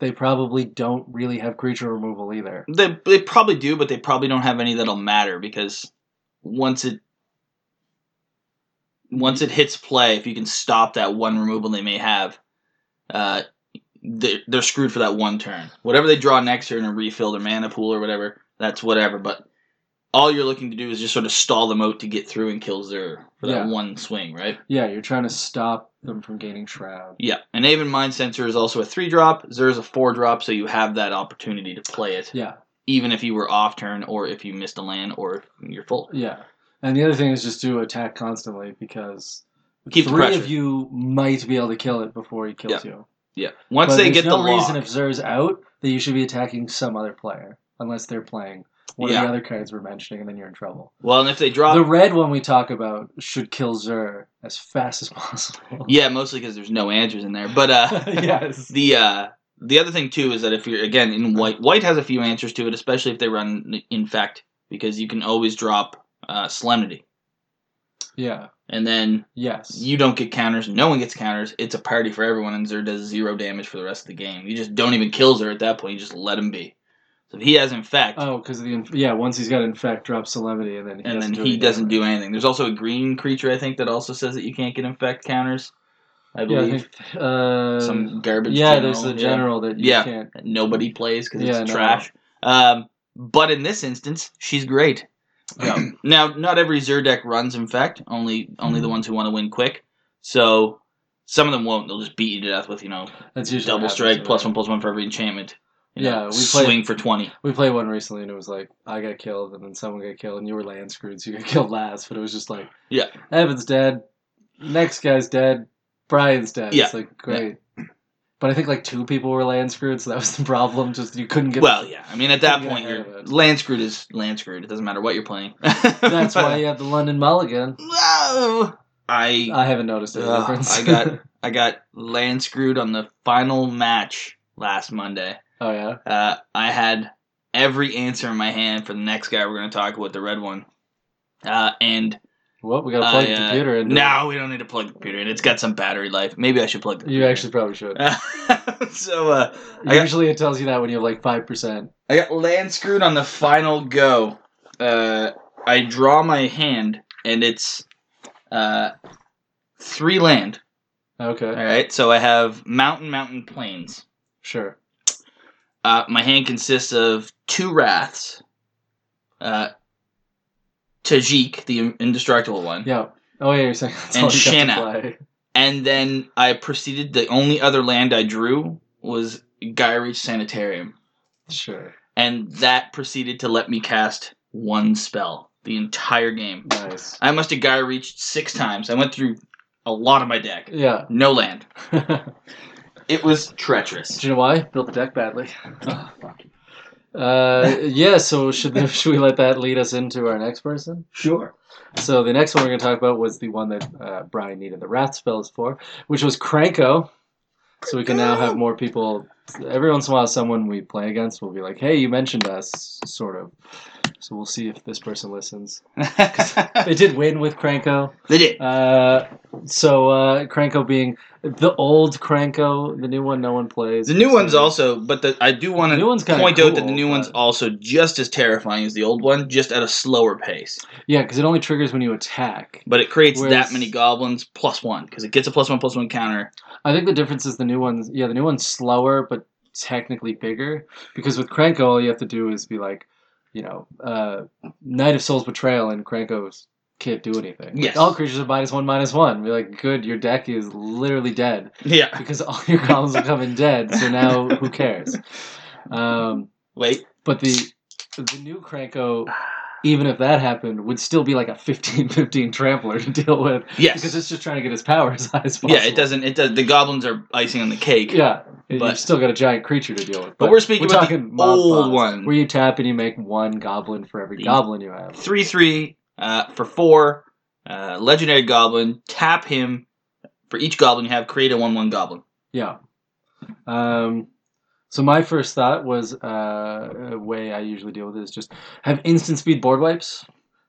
they probably don't really have creature removal either.
They they probably do, but they probably don't have any that'll matter because once it once it hits play, if you can stop that one removal they may have, uh, they're, they're screwed for that one turn. Whatever they draw next turn and refill their mana pool or whatever, that's whatever. But all you're looking to do is just sort of stall them out to get through and kill Zer for that
Yeah.
one swing, right?
Yeah, you're trying to stop them from gaining shroud.
Yeah, and Avon Mind Sensor is also a three drop. Zer's a four drop, so you have that opportunity to play it,
Yeah,
even if you were off turn or if you missed a land or if you're full.
yeah. And the other thing is just do attack constantly because
Keep the
three
pressure.
of you might be able to kill it before he kills you.
Yeah. Once
But
they
there's
get
no
the lock,
reason if Zer's out that you should be attacking some other player unless they're playing one of
Yeah.
the other cards we're mentioning, and then you're in trouble.
well, and if they drop,
The red one we talk about should kill Xur as fast as possible.
yeah, mostly because there's no answers in there. But uh,
yes.
the uh, the other thing too is that if you're again in white, white has a few answers to it, especially if they run infect, because you can always drop uh, solemnity,
Yeah.
and then
Yes.
You don't get counters. No one gets counters. It's a party for everyone, and Zer does zero damage for the rest of the game. You just don't even kill Zer at that point. You just let him be. So if he has infect,
oh, because the inf- yeah. Once he's got infect, drop solemnity, and then he
and
doesn't
then
do
he
any
doesn't
damage.
do anything. There's also a green creature I think that also says that you can't get infect counters. I
Yeah, I
believe
think, uh,
some garbage.
yeah.
general,
There's the
yeah,
general that you
Yeah.
can't.
that nobody plays because
Yeah,
it's
no.
trash. Um, but in this instance, she's great.
Yeah.
now, not every Zer deck runs infect. Only only
Mm.
the ones who want to win quick. So some of them won't. They'll just beat you to death with you know
That's usually what
double
happens,
strike,
right?
plus one, plus one for every enchantment.
Yeah,
know,
we played-
swing for twenty.
We played one recently, and it was like I got killed, and then someone got killed, and you were land screwed, so you got killed last. But it was just like,
Yeah.
Evan's dead, next guy's dead, Brian's dead.
Yeah.
It's like great. But I think like two people were land screwed, so that was the problem. Just you couldn't get.
well, yeah. I mean, at that
Yeah,
point, you're
but-
land screwed is land screwed. It doesn't matter what you're playing.
that's why you have the London Mulligan.
Whoa! I
I haven't noticed any
Ugh,
difference.
I got- I got land screwed on the final match last Monday.
oh yeah.
Uh, I had every answer in my hand for the next guy we're going to talk about, the red one. Uh, and
Well, we got to plug
I,
the
uh,
computer in.
now we don't need to plug the computer in. It's got some battery life. Maybe I should plug the
You
computer
actually probably should.
in. so uh, I got,
Usually it tells you that when you have like five percent.
I got land screwed on the final go. Uh, I draw my hand, and it's uh, three land.
Okay.
All right, so I have mountain, mountain, plains.
Sure.
Uh, my hand consists of two wraths. Uh, Tajik, the indestructible one.
Yeah. Oh yeah, you're saying that's
And
all you got
Shanna.
to play.
And then I proceeded, the only other land I drew was Gyrich Sanitarium.
Sure.
And that proceeded to let me cast one spell the entire game.
Nice.
I must have Guy reached six times. I went through a lot of my deck.
Yeah.
No land.
Do
It was treacherous.
you know why? Built the deck badly. Uh, yeah. So should the, should we let that lead us into our next person?
Sure.
So the next one we're going to talk about was the one that uh, Brian needed the wrath spells for, which was Cranko. So we can now have more people. Every once in a while, someone we play against will be like, "Hey, you mentioned us," sort of. So we'll see if this person listens.
they
They did win with Cranko.
did.
Uh, so uh, Cranko being the old Cranko, the new one no one plays.
The new one's
So-
also, but the, I do want
The new one's
to
kinda
point out that the
cool,
new one's
but-
also just as terrifying as the old one, just at a slower pace.
yeah, because it only triggers when you attack.
But it creates that
Whereas-
many goblins plus one because it gets a plus one plus one counter.
I think the difference is the new one's yeah, the new one's slower but technically bigger because with Cranko all you have to do is be like, you know, uh, Knight of Souls Betrayal and Cranko's can't do anything.
Yes.
all creatures are minus one, minus one. Be like, good, your deck is literally dead
Yeah.
because all your columns will come in dead. So now who cares? Um,
Wait.
but the the new Cranko, even if that happened, would still be like a 15-15 trampler to deal with
Yes.
because it's just trying to get his power as high as possible.
yeah. It doesn't. It does. The goblins are icing on the cake.
Yeah, and
But-
you've still got a giant creature to deal with.
But we're speaking about the
mob
old
boss,
one.
where you tap and you make one goblin for every
The-
goblin you have.
Three three uh, for four. Uh, legendary goblin. Tap him for each goblin you have. Create a one one goblin.
Yeah. Um, so my first thought was uh, a way I usually deal with it is just have instant speed board wipes.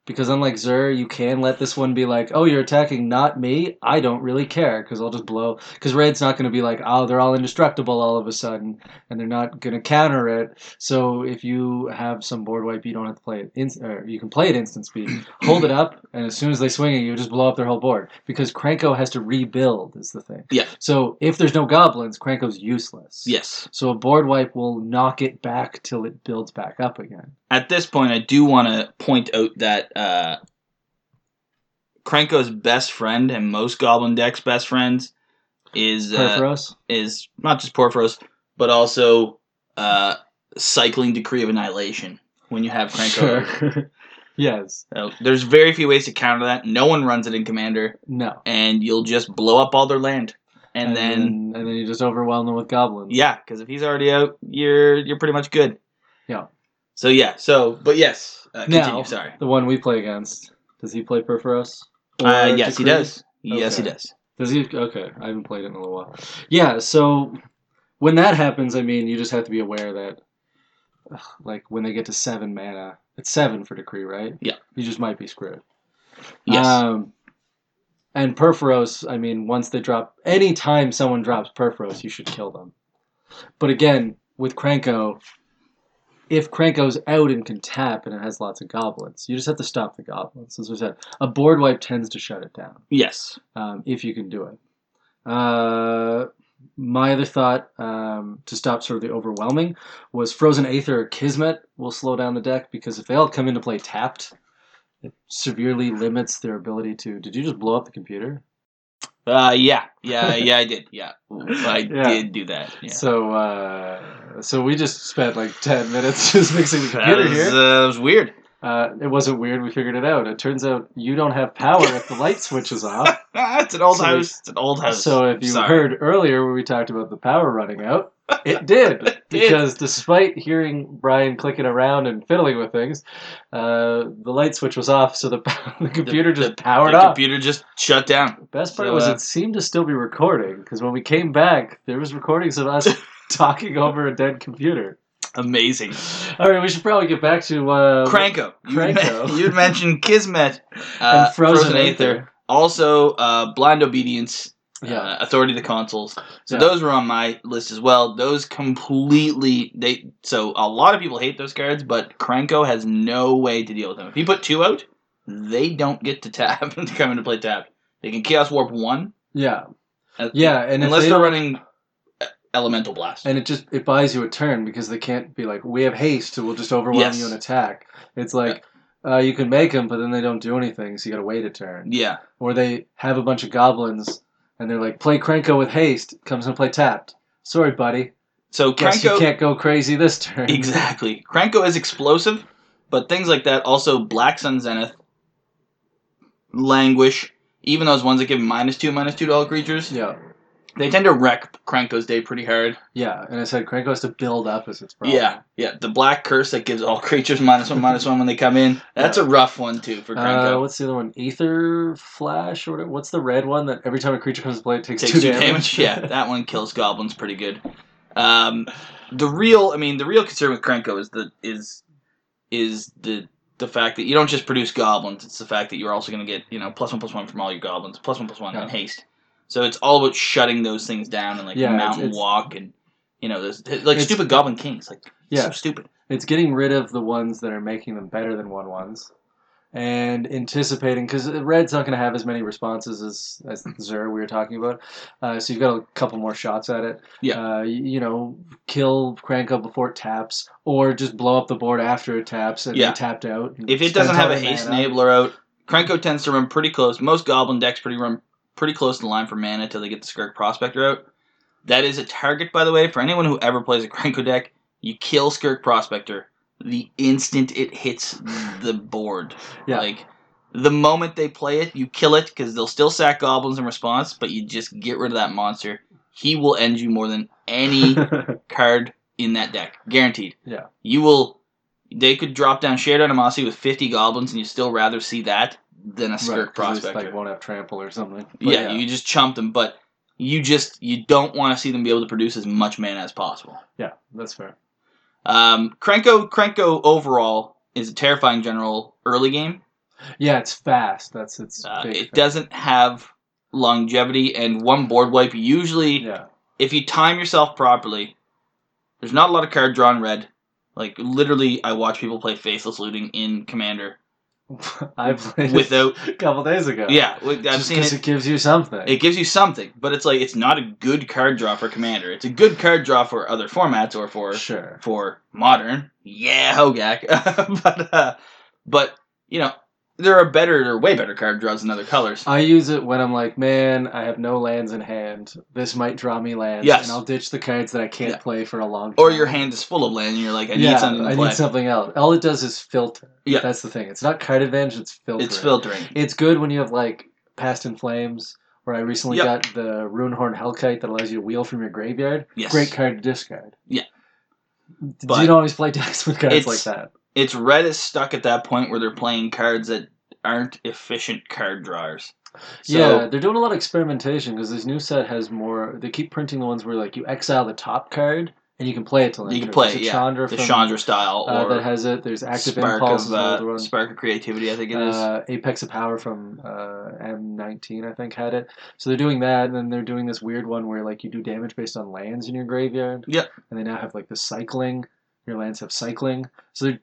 Because unlike Xur, you can let this one be like, "Oh, you're attacking not me. I don't really care because I'll just blow." Because red's not going to be like, "Oh, they're all indestructible all of a sudden, and they're not going to counter it." So if you have some board wipe, you don't have to play it. In- or you can play it instant speed. Hold it up, and as soon as they swing at you, just blow up their whole board. Because Cranko has to rebuild is the thing.
Yeah.
So if there's no goblins, Cranko's useless.
Yes.
So a board wipe will knock it back till it builds back up again.
At this point, I do want to point out that uh, Cranko's best friend and most goblin decks' best friends is uh,
Perforos?
is not just Porphyros, but also uh, Cycling Decree of Annihilation when you have Cranko.
Sure. yes.
Uh, there's very few ways to counter that. No one runs it in Commander,
No.
and you'll just blow up all their land. And, then,
and then you just overwhelm them with goblins.
yeah, because if he's already out, you're you're pretty much good.
Yeah.
So yeah. So but yes. Uh, continue.
Now-
sorry.
The one we play against. Does he play Perforos?
Uh,
Or
yes, he
Decree?
does. Yes, he
Okay.
does.
Does he? Okay, I haven't played it in a little while. Yeah, so when that happens, I mean, you just have to be aware that, ugh, like, when they get to seven mana, it's seven for decree, right?
Yeah.
You just might be screwed.
Yes.
Um, and Perforos, I mean, once they drop, anytime someone drops Perforos, you should kill them. But again, with Cranko, if Cranko's out and can tap and it has lots of goblins, you just have to stop the goblins. As we said, a board wipe tends to shut it down
yes.
um, if you can do it. Uh, my other thought um, to stop sort of the overwhelming was Frozen Aether or Kismet will slow down the deck because if they all come into play tapped, it severely limits their ability to. Did you just blow up the computer?
Uh, yeah. Yeah. Yeah. I did. Yeah. I
Yeah.
did do that. Yeah.
So, uh, so we just spent like ten minutes just mixing the
That
computer
was,
here.
uh, that was weird.
Uh, it wasn't weird. We figured it out. It turns out you don't have power if the light switch is off.
Ah, it's an old
So we-
house. It's an old house.
So if you
Sorry.
heard earlier when we talked about the power running out, it did. Because despite hearing Brian clicking around and fiddling with things, uh, the light switch was off, so the, the computer just powered
the
off.
computer just shut down.
Best part
So,
was
uh,
it seemed to still be recording because when we came back, there was recordings of us talking over a dead computer.
Amazing.
All right, we should probably get back to uh,
Cranko. You had
Cranko.
men- you had mentioned Kismet. Uh,
and Frozen, Aether.
Also, uh, Blind Obedience.
Yeah.
Uh, Authority of the Consuls. So
Yeah.
those were on my list as well. Those completely they so a lot of people hate those cards, but Cranko has no way to deal with them. If you put two out, they don't get to tap to come into play tap. They can chaos warp one.
yeah,
uh,
yeah, and if
unless
they
they're
don't-
running uh, elemental blast.
and it just it buys you a turn because they can't be like we have haste, so we'll just overwhelm
Yes.
you and attack. It's like uh, you can make them, but then they don't do anything, so you got to wait a turn.
yeah.
Or they have a bunch of goblins and they're like play Cranko with haste, comes and play tapped. Sorry, buddy.
So
Guess you
Cranko
can't go crazy this turn.
Exactly. Cranko is explosive, but things like that also Black Sun Zenith, Languish, even those ones that give minus two, minus two to all creatures,
Yeah.
they tend to wreck Cranko's day pretty hard.
Yeah, and I said Cranko has to build up as its problem.
Yeah, yeah. The Black Curse that gives all creatures minus one, minus one when they come in. That's a rough one too for
Uh,
Cranko.
what's the other one? Ether Flash or whatever? What's the red one that every time a creature comes to play, it takes,
Takes
two,
two
damage?
damage. Yeah, that one kills goblins pretty good. Um, the real, I mean, the real concern with Cranko is the is is the the fact that you don't just produce goblins. It's the fact that you're also going to get you know plus one plus one from all your goblins, plus one plus one
Yeah.
and haste. So it's all about shutting those things down and like
Yeah, it's-
mountain
it's-
walk and you know those like
It's-
stupid goblin kings like
Yeah.
so stupid.
It's getting rid of the ones that are making them better than one ones, and anticipating because red's not going to have as many responses as as Zer we were talking about. Uh, so you've got a couple more shots at it.
Yeah.
Uh, y- you know, kill Cranko before it taps, or just blow up the board after it taps and
Yeah.
they tapped out. and
If it
spent
doesn't
all
have a
their
haste
mana.
enabler out, Cranko tends to run pretty close. Most goblin decks pretty run pretty close to the line for mana until they get the Skirk Prospector out. That is a target, by the way, for anyone who ever plays a Cranko deck. You kill Skirk Prospector the instant it hits the board.
Yeah.
Like the moment they play it, you kill it because they'll still sack goblins in response, but you just get rid of that monster. He will end you more than any card in that deck, guaranteed.
Yeah.
You will. They could drop down Shared Animosity with fifty goblins, and you still rather see that than a Skirk
Right, 'cause it's
Prospector.
like won't have trample or something. But
yeah, you just chump them, but you just you don't want to see them be able to produce as much mana as possible.
yeah, that's fair.
Um, Krenko Krenko overall is a terrifying general early game.
Yeah, it's fast. That's its.
Uh,
big
it
thing.
doesn't have longevity, and one board wipe usually
Yeah,
if you time yourself properly, there's not a lot of card drawn red. Like literally, I watch people play faceless looting in Commander
I played
without.
it a couple days ago.
Yeah, like, I've
Just
seen
'cause
it.
it gives you something.
It gives you something, but it's like it's not a good card draw for Commander. It's a good card draw for other formats or for
sure.
for modern. Yeah, Hogak. but uh, but you know there are better, there are way better card draws in other colors.
I use it when I'm like, man, I have no lands in hand. This might draw me lands,
Yes.
and I'll ditch the cards that I can't
Yeah.
play for a long time.
Or your hand is full of land, and you're like, I need
yeah,
something to
I
play.
need something else. All it does is filter.
Yeah.
that's the thing. It's not card advantage. It's filter.
It's filtering.
It's good when you have like Past in Flames, where I recently
Yep.
got the Runehorn Hellkite that allows you to wheel from your graveyard.
Yes.
Great card to discard.
Yeah.
You
But
don't always play decks with cards like
it's-
that.
it's red is stuck at that point where they're playing cards that aren't efficient card drawers. So,
yeah, they're doing a lot of experimentation because this new set has more. They keep printing the ones where like you exile the top card and you can play it till
You
end
can
turn.
play
There's
it,
a
yeah.
Chandra
the
from,
Chandra style
uh,
or
that has it. There's active
spark
impulse is
of
another
uh,
one.
spark of creativity. I think it is.
uh, Apex of Power from uh, M19, I think, had it. So they're doing that, and then they're doing this weird one where like you do damage based on lands in your graveyard.
Yep.
And they now have like the cycling. Your lands have cycling. So they're,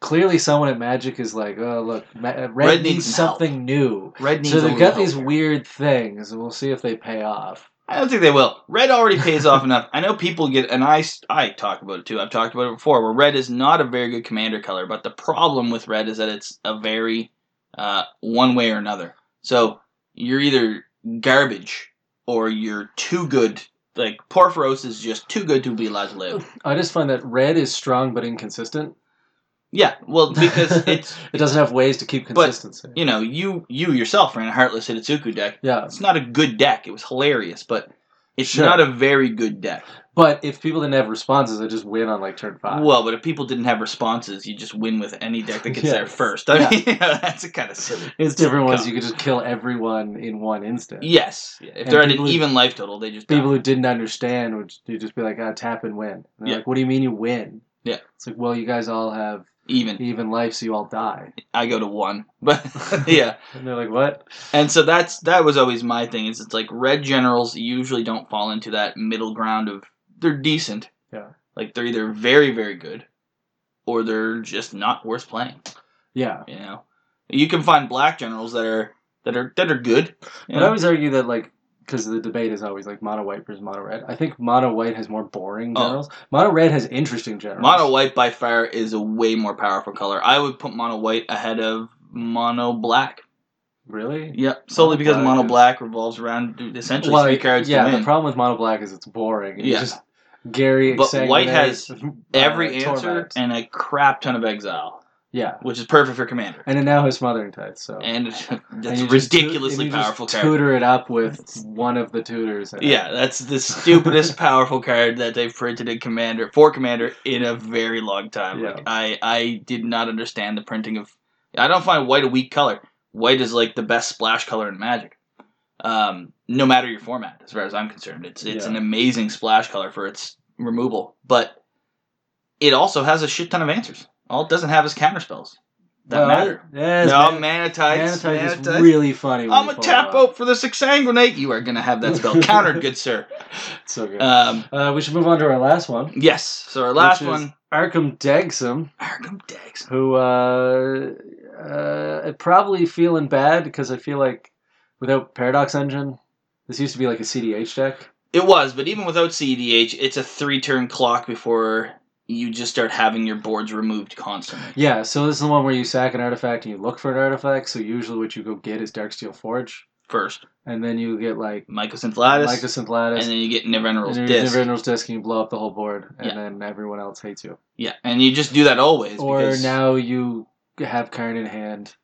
clearly, someone at Magic is like, oh look, Ma- uh, Red,
Red
needs,
needs some help."
something new.
red needs.
so
a
they've
little
got
help.
these weird things, and we'll see if they pay off.
I don't think they will. Red already pays off enough. I know people get, and I I talk about it too. I've talked about it before. Where red is not a very good commander color, but the problem with red is that it's a very uh, one way or another. So you're either garbage or you're too good. Like Porphyros is just too good to be allowed to live.
I just find that red is strong but inconsistent.
Yeah, well, because it's
it doesn't have ways to keep
But-
consistency.
you know you you yourself ran a heartless Hitotsuku deck.
yeah,
It's not a good deck. It was hilarious, but it's
Sure.
not a very good deck.
but if people didn't have responses, they just win on like turn five.
Well, but if people didn't have responses, you just win with any deck that gets there
Yes.
first. I
Yeah.
mean, you know, that's kind of silly.
it's different ones.
God.
You could just kill everyone in one instant.
Yes, if
And
they're at an
people who-
even life total, they just die.
People who didn't understand would you just be like, "Ah, tap and win." And they're
Yeah.
like, "What do you mean you win?"
Yeah.
it's like, "Well, you guys all have
even.
even life, so you all die."
I go to one, but yeah.
And they're like, "What?"
And so that's that was always my thing. Is it's like red generals usually don't fall into that middle ground of they're decent.
Yeah.
Like they're either very very good, or they're just not worth playing.
Yeah,
You know, you can find black generals that are that are that are good. you
but I
know?
always argue that like. Because the debate is always like mono white versus mono red. I think mono white has more boring
Oh.
generals. Mono red has interesting generals.
Mono white by fire is a way more powerful color. I would put mono white ahead of mono black.
really?
Yep, solely
Mono
because
black
mono
is-
black revolves around essentially
Well,
three
like,
cards
Yeah,
to
the
win.
problem with mono black is it's boring. You
Yeah.
just Gary.
But white
exsanguinate,
has Every
uh,
answer
Torment.
and a crap ton of exile,
yeah,
which is perfect for commander.
and it now has smothering tide. So
And that's
And you
a
just tu-
ridiculously
and you
powerful
just
card.
Tutor it up with one of the tutors. and-
Yeah, that's the stupidest powerful card that they've printed in Commander for Commander in a very long time.
Yeah.
Like I, I did not understand the printing of. I don't find white a weak color. White is like the best splash color in Magic. Um, no matter your format, as far as I'm concerned, it's it's
Yeah.
an amazing splash color for its removal, but it also has a shit ton of answers. All it doesn't have is counter spells that
Well,
matter.
Yes,
No,
man-
manatites.
Manatide is
manatites.
really funny. when
I'm
you
a
pull
tap
it up.
out for the exsanguinate. You are gonna have that spell countered, good sir.
So good. Uh,
Um,
we should move on to our last one.
yes. So our last
Which is-
one,
Arkham Degsum,
Arkham Dex.
who uh, uh, probably feeling bad because I feel like without Paradox Engine, this used to be like a CDH deck.
It was, but even without CEDH, it's a three-turn clock before you just start having your boards removed constantly.
Yeah, so this is the one where you sack an artifact and you look for an artifact. So usually, what you go get is Darksteel Forge,
First,
and then you get like
Mycosynthlatis,
Lycus and Lattice,
and then you get Nivenrel's
And
Disc.
your Invernal's disc, and you blow up the whole board, and
Yeah.
then everyone else hates you.
yeah, and you just do that always.
or
because,
now you have card in hand,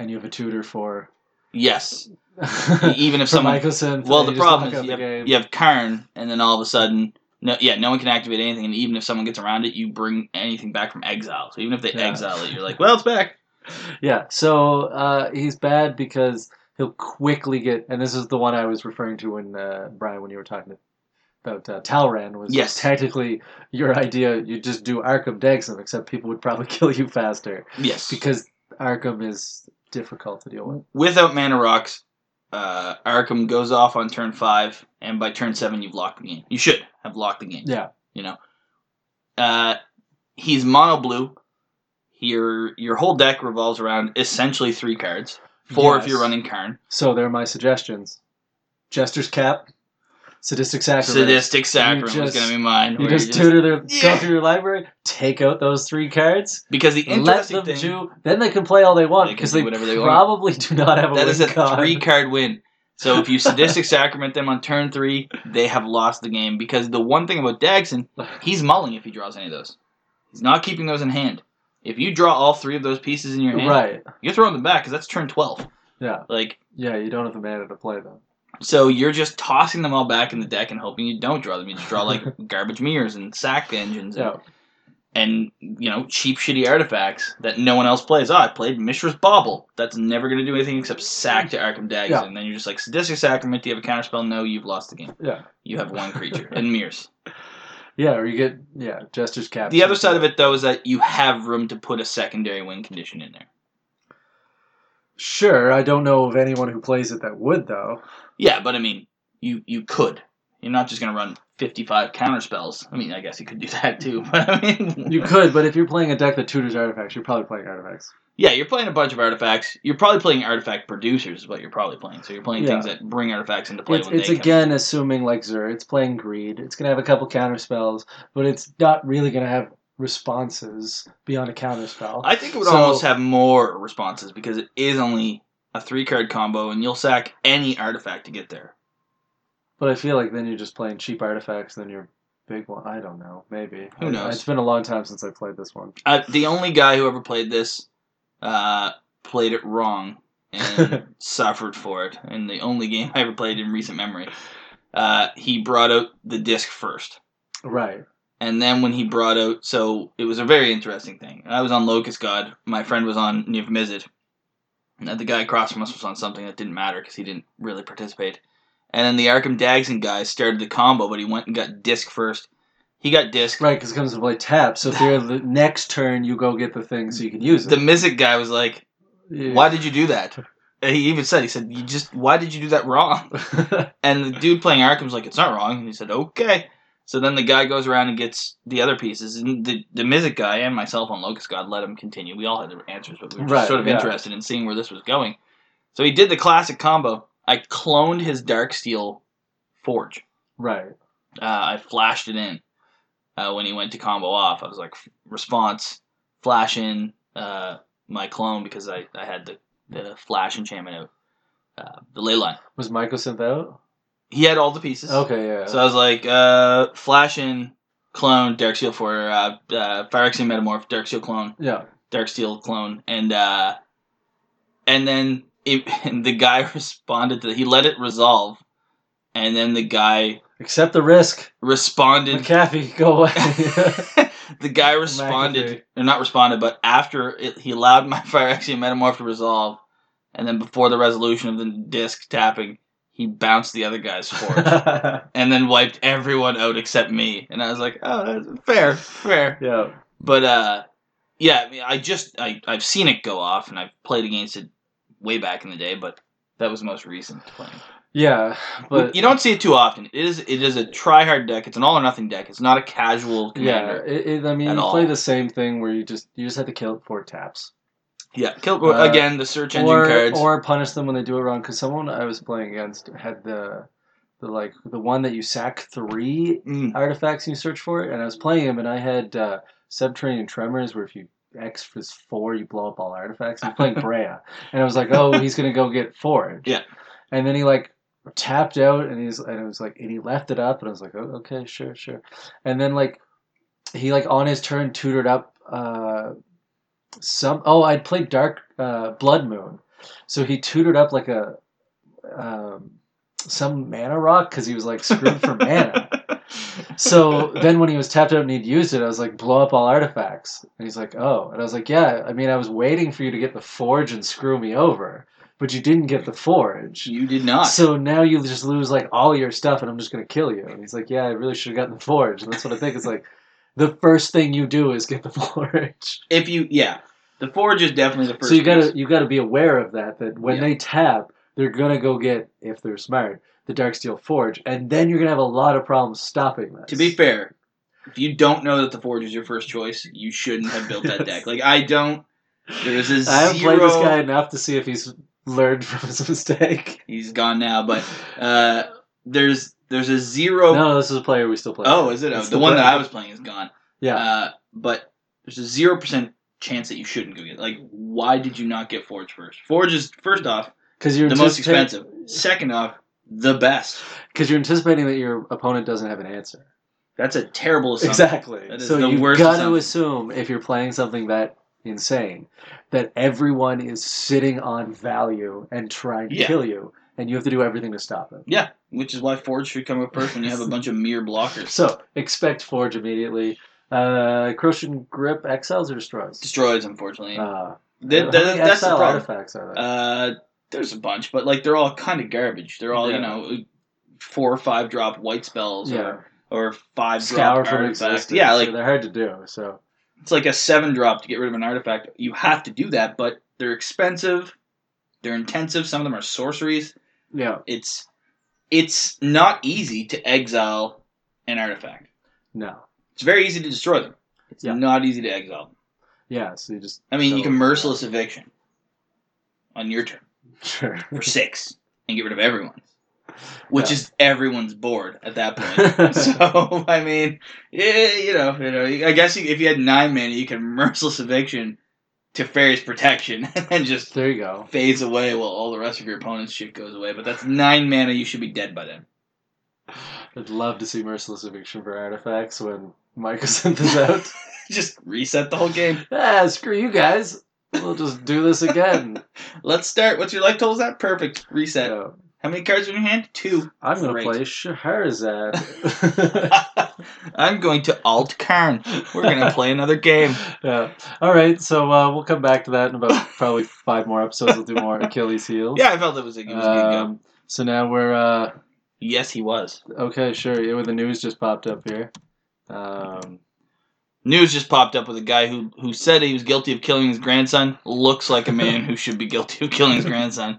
and you have a tutor for.
yes, e-,
for
even if someone
Michelson.
Well,
and
the
you just
problem
lock
is
out
you
the game.
have, you have Karn, and then all of a sudden, no, yeah, no one can activate anything. And even if someone gets around it, you bring anything back from exile. So even if they
Yeah.
exile it, you're like, well, it's back.
Yeah, so uh, he's bad because he'll quickly get. And this is the one I was referring to when, uh, Brian, when you were talking about uh, Talran, was
Yes.
technically your idea. You just do Arkham Dexum, except people would probably kill you faster
Yes.
because Arkham is difficult to deal with.
Without mana rocks, uh, Arkham goes off on turn five, and by turn seven, you've locked the game. You should have locked the game.
Yeah.
You know, uh, he's mono blue. Your your whole deck revolves around essentially three cards. Four if
Yes.
you're running Karn.
So there are my suggestions. Jester's Cap, Sadistic Sacrament.
Sadistic Saccharin
You
was
just-
going to be mine.
You
where you're
just tutor their
Yeah.
go through your library, take out those three cards,
Because the
let
interesting
them
thing
do. Then they can play all they want
They can
because
do
they,
whatever they want.
probably do not have a
that is a
win card.
three card win. So if you sadistic sacrament them on turn three, they have lost the game. Because the one thing about Dagson, he's mulling if he draws any of those. He's not keeping those in hand. If you draw all three of those pieces in your hand,
Right?
you're throwing them back because that's turn twelve.
Yeah.
Like
Yeah, you don't have the mana to play them.
so, you're just tossing them all back in the deck and hoping you don't draw them. You just draw like garbage mirrors and sack engines and
Yeah,
and you know cheap shitty artifacts that no one else plays. Oh, I played Mishra's Bauble. That's never going to do anything except sack to Arkham Dags,
Yeah.
and then you're just like sadistic sacrament. Do you have a counterspell? No, you've lost the game.
yeah,
You have one creature and mirrors.
yeah. Or you get yeah, Jester's Cap.
The other side of it though is that you have room to put a secondary win condition in there.
Sure, I don't know of anyone who plays it that would though.
Yeah, but I mean, you you could. You're not just going to run 55 counterspells. I mean, I guess you could do that too. But I mean,
You could, but if you're playing a deck that tutors artifacts, you're probably playing artifacts.
Yeah, you're playing a bunch of artifacts. You're probably playing artifact producers, is what you're probably playing. So you're playing
Yeah.
things that bring artifacts into play
It's,
when
it's
they come.
again assuming like Zur, it's playing greed. It's gonna have a couple counter spells, but it's not really gonna have responses beyond a counter spell.
I think it would
So-
almost have more responses because it is only a three card combo, and you'll sack any artifact to get there.
But I feel like then you're just playing cheap artifacts, then you're big one. I don't know. Maybe.
Who
I-
knows?
It's been a long time since I played this one.
Uh, the only guy who ever played this uh, played it wrong and suffered for it. And the only game I ever played in recent memory. Uh, he brought out the disc first.
Right.
And then when he brought out, so it was a very interesting thing. I was on Locust God. My friend was on Niv Mizzet. And the guy across from us was on something that didn't matter because he didn't really participate. And then the Arkham Dagson guy started the combo, but he went and got disc first. He got disc.
Right, because it comes to play tap. So if you're the next turn, you go get the thing so you can use
The
it.
Mizzet guy was like,
Yeah.
"Why did you do that?" And he even said, "He said you just why did you do that wrong?" And the dude playing Arkham's like, "It's not wrong." And he said, "Okay." So then the guy goes around and gets the other pieces, and the the Mizzet guy and myself on Locust God let him continue. We all had the answers, but we were just
Right,
sort of
yeah.
interested in seeing where this was going. So he did the classic combo. I cloned his Dark Steel Forge.
right.
Uh, I flashed it in uh, when he went to combo off. I was like, response, flash in uh, my clone because I, I had the, the flash enchantment out, uh, the ley line.
Was Michael sent out?
He had all the pieces.
Okay, yeah.
So I was like, uh, flash in, clone, Dark Steel for uh, uh, Phyrexian Metamorph, Dark Steel clone,
yeah.
Dark Steel clone, and uh, and then it, and the guy responded to he let it resolve, and then the guy
Accept the risk.
responded
McAfee, go away.
the guy responded, or not responded, but after it, he allowed my Phyrexian Metamorph to resolve, and then before the resolution of the disc tapping, he bounced the other guy's forge and then wiped everyone out except me. And I was like, oh, that's fair, fair.
yeah.
But uh, yeah, I mean, I just I I've seen it go off, and I've played against it way back in the day, but that was the most recent playing.
Yeah. But
But you don't see it too often. It is it is a try hard deck. It's an all or nothing deck. It's not a casual commander.
yeah, it, it, I mean,
at
you
all.
play the same thing where you just you just have to kill it four taps.
Yeah, kill
Uh,
again the search engine
or,
cards.
or punish them when they do it wrong. Because someone I was playing against had the, the like the one that you sack three
Mm,
artifacts and you search for it. And I was playing him, and I had uh, Subterranean Tremors, where if you X for four, you blow up all artifacts. I'm playing Brea, and I was like, oh, he's gonna go get Forge.
Yeah.
And then he like tapped out, and he's and it was like, and he left it up, and I was like, oh, okay, sure, sure. And then like he like on his turn tutored up uh some oh I'd played Dark uh, Blood Moon, so he tutored up like a um, some mana rock because he was like screwed for mana. So then when he was tapped out and he'd used it, I was like, blow up all artifacts. And he's like, oh. And I was like, yeah. I mean, I was waiting for you to get the forge and screw me over, but you didn't get the forge.
you did not.
So now you just lose like all your stuff, and I'm just gonna kill you. And he's like, "Yeah, I really should have gotten the forge." And that's what I think. It's like the first thing you do is get the forge.
if you yeah, the forge is definitely the first.
so you gotta
piece.
you gotta be aware of that. That when
Yeah.
they tap, they're gonna go get if they're smart the Darksteel forge, and then you're gonna have a lot of problems stopping this.
To be fair, if you don't know that the forge is your first choice, you shouldn't have built that deck. Like I don't. There is a
I haven't played this
zero-
guy enough to see if he's learned from his mistake.
He's gone now, but uh, there's there's a zero.
No, this is a player we still play.
oh, is it? Oh,
It's
the, one that
player-
I was playing is gone.
Yeah,
Uh, but there's a zero percent chance that you shouldn't go get. Like, why did you not get forge first? Forge is first off
because you're
the most
anticipating-
expensive. Second off, the best.
Because you're anticipating that your opponent doesn't have an answer.
That's a terrible assumption.
Exactly.
That is
So
the
you've
worst
got to
assumption.
assume if you're playing something that insane, that everyone is sitting on value and trying to
Yeah.
kill you, and you have to do everything to stop it.
Yeah, which is why Forge should come up first when you have a bunch of mere blockers.
So expect forge immediately. Uh, Croatian grip exiles or destroys.
Destroys, unfortunately.
Uh,
Th-
how
th-
many
that's the
exile
problem.
artifacts are there?
Uh, there's a bunch, but like they're all kind of garbage. They're all
Yeah.
you know four or five drop white spells
yeah,
or or five
scour
drop
from
artifacts.
existence.
Yeah, like
they're hard to do. So
it's like a seven drop to get rid of an artifact. You have to do that, but they're expensive. They're intensive. Some of them are sorceries.
yeah,
It's it's not easy to exile an artifact.
no,
It's very easy to destroy them. It's
Yeah.
not easy to exile. them.
yeah. So you just
I mean, you
So-
can merciless eviction on your turn
sure.
for six and get rid of everyone, which
Yeah.
is everyone's board at that point. so I mean, yeah, you know, you know. I guess you, if you had nine mana, you can merciless eviction to fairy's protection and just
there you go.
fades away while all the rest of your opponent's shit goes away. But that's nine mana. You should be dead by then.
I'd love to see Merciless Eviction for Artifacts when Micah sent this out.
Just reset the whole game.
ah, screw you guys. We'll just do this again.
Let's start. What's your life total? Is that perfect? Reset.
Yeah.
How many cards are in your hand? Two.
I'm going to
Great.
play Scheherazade.
I'm going to alt Karn. We're gonna play another game.
yeah. All right. So uh, we'll come back to that in about probably five more episodes. We'll do more Achilles heel.
Yeah, I felt it was a it was a good go.
Um, so now we're uh,
Yes, he was.
okay. Sure. Yeah, well, the news just popped up here. Um,
News just popped up with a guy who who said he was guilty of killing his grandson. Looks like a man who should be guilty of killing his grandson.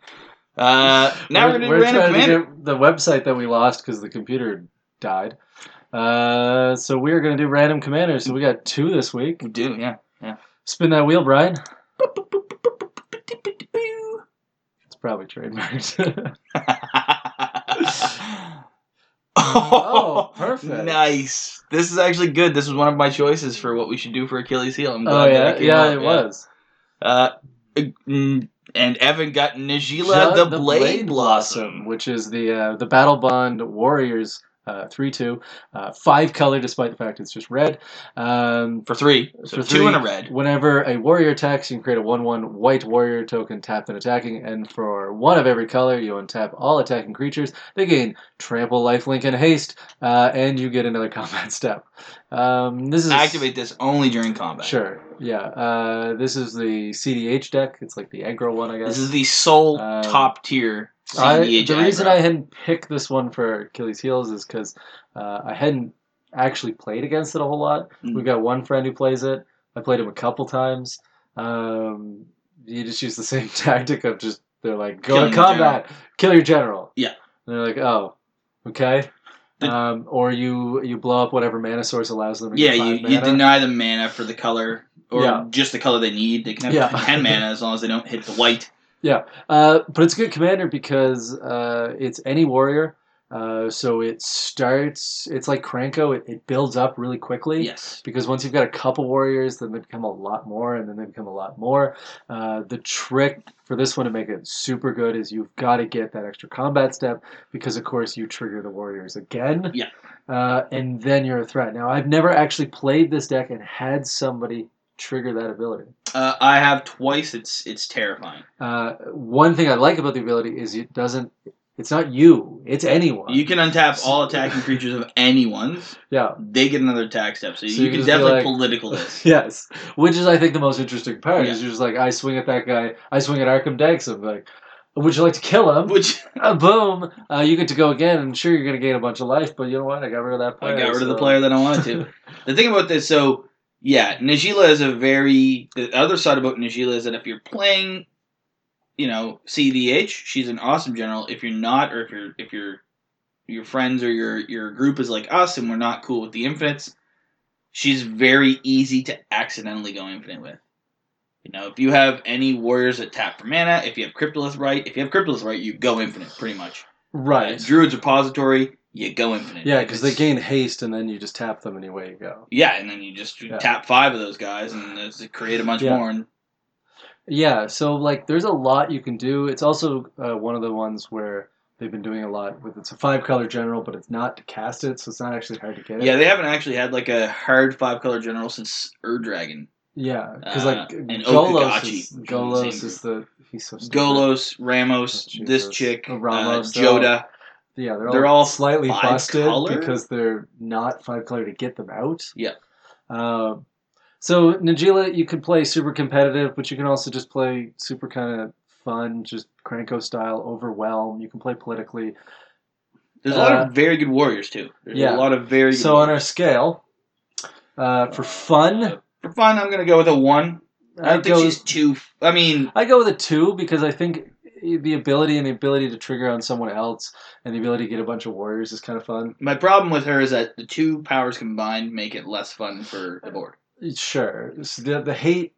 Uh, now we're, gonna do random
trying to
commander.
get the website that we lost because the computer died. Uh, so we're gonna do random commanders. So we got two this week.
We do, yeah.
Spin that wheel, Brian. It's probably trademarked. Oh, perfect.
Nice. This is actually good. This was one of my choices for what we should do for Achilles' heel. I'm glad
oh
that
yeah,
it came
yeah,
up,
it was.
Uh, mm, and Evan got Najila the, Blade, Blossom.
which is the uh, the Battle Bond Warriors uh, three two uh, five color, despite the fact it's just red. Um,
for three. So
for
two
three,
and a red.
Whenever a warrior attacks, you can create a one one white warrior token tapped and attacking, and for one of every color, you untap all attacking creatures. They gain trample, lifelink, and haste, uh, and you get another combat step. Um, this is
Activate this only during combat.
Sure. Yeah. Uh, this is the CDH deck. It's like the aggro one, I guess.
This is the sole
Um,
top tier E
I,
CDH
the reason
aggro.
I hadn't picked this one for Achilles Heels is because uh, I hadn't actually played against it a whole lot.
Mm.
We've got one friend who plays it. I played him a couple times. Um, you just use the same tactic of just they're like go
Kill
to
your
combat, kill your general.
Yeah.
And they're like, oh, okay.
The-
um, or you you blow up whatever mana source allows them. To
Yeah,
get
you,
five
you
mana.
deny the mana for the color, or
Yeah.
just the color they need. They can have
Yeah.
10 mana as long as they don't hit the white.
Uh, but it's a good commander because uh, it's any warrior. Uh, so it starts. It's like Cranko. It, it builds up really quickly.
Yes.
Because once you've got a couple warriors, then they become a lot more, and then they become a lot more. Uh, the trick for this one to make it super good is you've got to get that extra combat step because, of course, you trigger the warriors again.
Yeah.
Uh, and then you're a threat. Now, I've never actually played this deck and had somebody trigger that ability.
Uh, I have twice. It's it's terrifying.
Uh, one thing I like about the ability is it doesn't. It's not you. It's anyone.
You can untap all attacking creatures of anyone's.
yeah.
They get another attack step,
So
so, you,
you
can
just be
definitely
like-
political this.
Yes. Which is, I think, the most interesting part is you're just like, I swing at that guy. I swing at Arkham Dex. I'm like, would you like to kill him?
Which
Uh, boom. Uh, you get to go again, and sure, you're going to gain a bunch of life, but you know what? I got rid of that
I
player.
got rid of the
so-
player that I wanted to. the thing about this, so yeah, Najila is a very the other side about Najila is that if you're playing, you know, CDH, she's an awesome general. If you're not, or if you're if you're your friends or your your group is like us and we're not cool with the infinites, she's very easy to accidentally go infinite with. You know, if you have any warriors that tap for mana, if you have Cryptolith right, if you have Cryptolith right, you go infinite pretty much. Uh,
Right.
Druid's repository, you go infinite.
Yeah,
If
because they
it's-
gain haste, and then you just tap them anyway you go.
yeah, and then you just
Yeah.
tap five of those guys and it's- create a bunch
Yeah.
more. And
Yeah, so like there's a lot you can do. It's also uh, one of the ones where they've been doing a lot with it's a five color general, but it's not to cast it, so it's not actually hard to get it.
yeah, they haven't actually had like a hard five color general since Ur-Dragon.
yeah, because
Uh,
like
and
Golos,
Okagachi,
is,
which is the
Golos
same
is the he's so stupid.
Golos, Ramos,
Oh,
this
Jesus.
chick,
Oh,
Ramos,
Ramos,
uh, Joda.
yeah, they're all,
they're all
slightly
five
busted
color?
because they're not five color to get them out.
Yeah.
Um, so Najila, you could play super competitive, but you can also just play super kind of fun, just Cranko style, overwhelm. You can play politically.
There's a lot
uh,
of very good warriors too. There's
yeah.
a lot of very good
So on our
warriors.
scale, uh, for
Uh,
fun,
for fun, I'm gonna go with a one. I
I
don't think
go.
she's too. f- I mean,
I go with a two because I think the ability and the ability to trigger on someone else and the ability to get a bunch of warriors is kind of fun.
my problem with her is that the two powers combined make it less fun for the board.
Sure, so the the hate.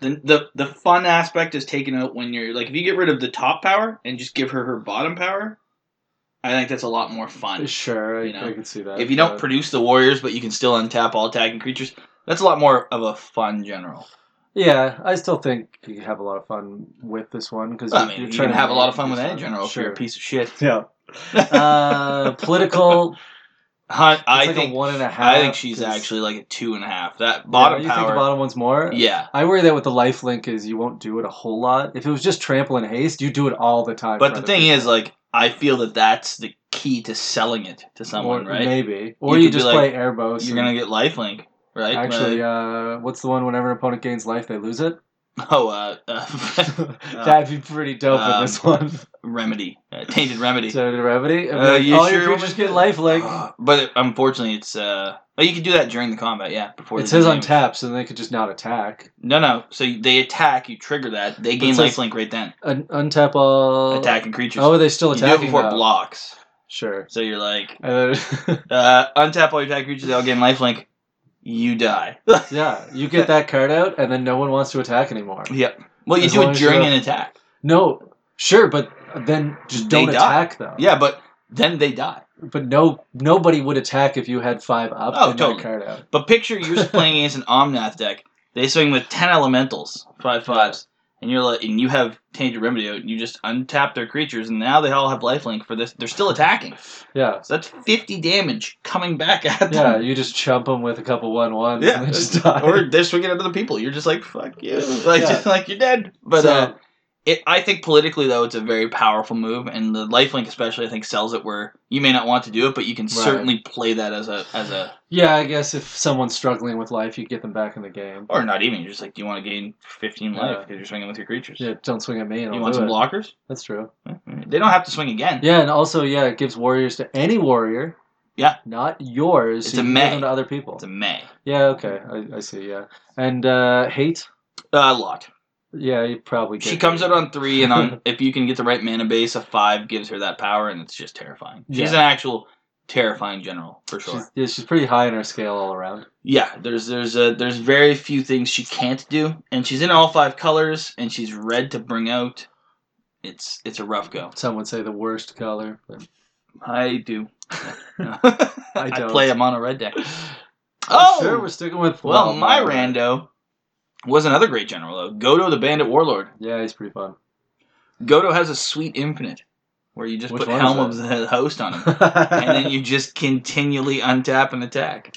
the the the fun aspect is taken out when you're like if you get rid of the top power and just give her her bottom power, I think that's a lot more fun.
Sure, I,
You know,
I can see that.
If you don't
but-
produce the warriors but you can still untap all attacking creatures, that's a lot more of a fun general.
Yeah, I still think you have a lot of fun with this one because
I mean, you can have a lot of fun with any general if you're
Sure.
a piece of shit.
Yeah. Uh, political
Hunt, I
It's like
think
a one and a half.
I think she's
'cause-
actually like a two and a half. That
Yeah,
bottom
you think
power.
the bottom one's more?
yeah,
I worry that with the life link is you won't do it a whole lot. If it was just trample and haste, you do it all the time.
but
for
the
other
thing
people.
is, like, I feel that that's the key to selling it to someone,
Or
right?
Maybe, or
You
you,
could be
just play
like,
Erebos.
You're
and-
gonna get lifelink, right?
Actually, uh, what's the one whenever an opponent gains life, they lose it?
Like, oh, uh, uh,
That'd be pretty dope in
um,
this one.
remedy, uh, tainted remedy.
so did Remedy?
Uh, you
all
sure
your
want
creatures
me to-
get life link.
but it, unfortunately, it's uh. Oh, you can do that during the combat, yeah. Before
it
they
says
do
on
damage.
tap, so they could just not attack.
No, no. So you- they attack, you trigger that, they gain
It says-
lifelink right then.
Un- untap all.
Attacking creatures.
Oh, they still
you do it
attacking.
before
though.
blocks.
Sure.
So you're like,
And then,
uh, untap all your attack creatures, they all gain lifelink. You die.
yeah, you get that card out, and then no one wants to attack anymore.
Yep. Well, you
As
do
long
it
as you
during
have-
an attack.
No, sure, but then just
They
don't
die.
attack though.
Yeah, but then they die.
but no, nobody would attack if you had five up
Oh,
and
totally.
that card out.
But picture you're just playing against an Omnath deck. They swing with ten elementals, five fives, and you're like, and you have Tainted Remedy out. and You just untap their creatures, and now they all have lifelink for this. They're still attacking,
Yeah.
so that's fifty damage coming back at
Yeah,
them.
you just chump them with a couple one ones
Yeah.
and they just die.
Or they're swinging at other people. You're just like, fuck you, like
Yeah.
just like you're dead. But
So-
uh, it, I think politically though, it's a very powerful move, and the lifelink especially, I think, sells it where you may not want to do it, but you can
Right.
certainly play that as a as a
yeah, I guess if someone's struggling with life, you get them back in the game.
Or not even. You're just like, do you want to gain 15 life
Yeah.
because you're swinging with your creatures?
Yeah, don't swing at me and
you
I'll
want
do
some
it.
blockers?
That's true.
They don't have to swing again.
Yeah, and also yeah, it gives warriors to any warrior.
Yeah.
Not yours.
It's
so
a
you can
meh.
give them to other people.
It's a May.
yeah, okay. I, I see, yeah. And uh hate?
A lot.
Yeah, you probably get
She comes out on three, and on if you can get the right mana base, a five gives her that power, and it's just terrifying. She's
Yeah.
an actual terrifying general for sure.
She's, yeah, she's pretty high in her scale all around.
yeah, there's there's a, there's very few things she can't do, and she's in all five colors, and she's red to bring out. It's it's a rough go.
Some would say the worst color. but-
I do. I,
don't.
play a mono red deck. Oh,
sure, we're sticking with
Well, my
Mara.
rando was another great general, though. Godo the Bandit Warlord.
Yeah, he's pretty fun.
Godo has a sweet infinite where you just
Which
put
one
Helm of
is
the Host on him. and
and
then you just continually untap and attack.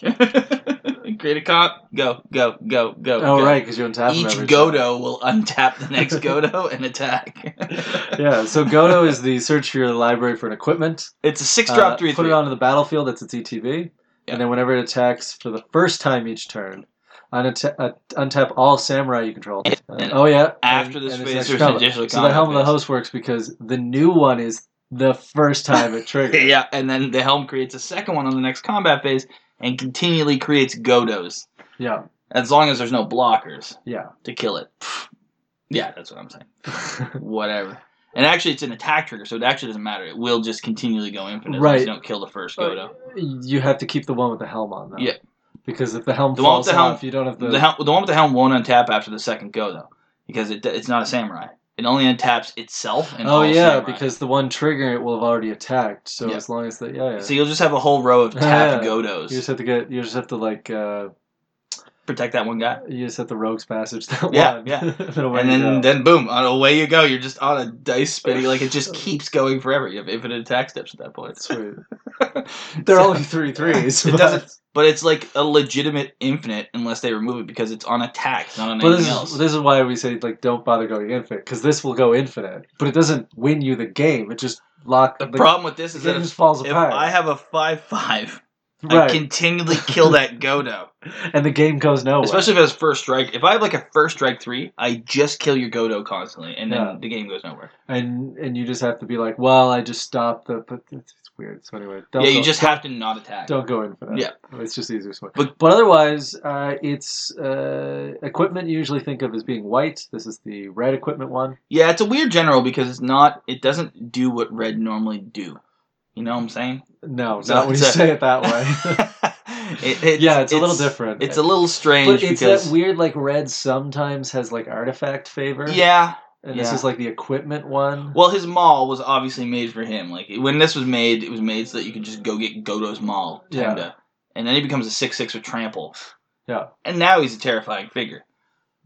Create a comp. Go, go, go, go.
Oh
go.
right, because you untap him
Each
every
Godo
turn.
will untap the next Godo and attack.
Yeah, so Godo is the search for your library for an equipment.
It's a six
Uh,
drop three
Put
three.
it onto the battlefield. That's its ETB.
Yeah.
And then whenever it attacks for the first time each turn, unta- uh, untap all samurai you control. Uh,
And
oh yeah.
After
and-
this
and it's
phase,
next
there's an
combo.
additional
So the
combat
helm of the
phase.
host works because the new one is the first time it triggers.
yeah, and then the helm creates a second one on the next combat phase and continually creates Godos.
Yeah.
As long as there's no blockers
Yeah.
to kill it. Yeah, that's what I'm saying. Whatever. And actually, it's an attack trigger, so it actually doesn't matter. It will just continually go infinite as long as
Right.
you don't kill the first Godo.
you have to keep the one with the helm on though.
Yeah.
Because if the helm
The one with
falls
the helm-
off, you don't have
The, hel- the one with the helm won't untap after the second Godo because it, it's not a samurai. It only untaps itself and
oh
all
yeah,
samurai.
because the one triggering it will have already attacked. So
Yeah.
as long as the yeah, yeah.
So you'll just have a whole row of tapped
Yeah.
Godos.
you just have to get you just have to like uh
Protect that one guy.
you just have to rogues passage that
Yeah,
one.
yeah.
then away
And
you go.
then, then boom, on away you go. You're just on a dice spinning. Like, it just keeps going forever. You have infinite attack steps at that point.
sweet. They're only three threes.
It
but-
doesn't- But it's like a legitimate infinite unless they remove it because it's on attack, it's not on
But
anything
this
else.
is, this is why we say like don't bother going infinite because this will go infinite, but it doesn't win you the game. It just lock
the problem with this
the
is
game
that if,
just falls
if
apart.
I have a five five,
right, Oh,
I continually kill that Godo.
and the game goes nowhere.
Especially if it has first strike. If I have like a first strike three, I just kill your Godo constantly, and then
Yeah.
the game goes nowhere.
and and you just have to be like, well, I just stopped the. But it's it's weird. So anyway, don't
yeah, you
go-
just have to not attack.
Don't go in for that.
Yeah.
it's just the easiest one.
But-
But, otherwise, uh, it's uh, equipment you usually think of as being white. This is the red equipment one.
Yeah, it's a weird general because it's not. It doesn't do what red normally do. You know what I'm saying?
No,
So
not when you
it's a-
say it that way.
It- it's-
yeah, it's, a little different.
It's a little strange
But it's
because
that weird, like red sometimes has like artifact favor.
yeah.
and this
yeah.
is like the equipment one.
Well, his mall was obviously made for him. Like when this was made, it was made so that you could just go get Godo's mall,
Yeah.
Tenda, and then he becomes a six six with trample.
Yeah.
and now he's a terrifying figure.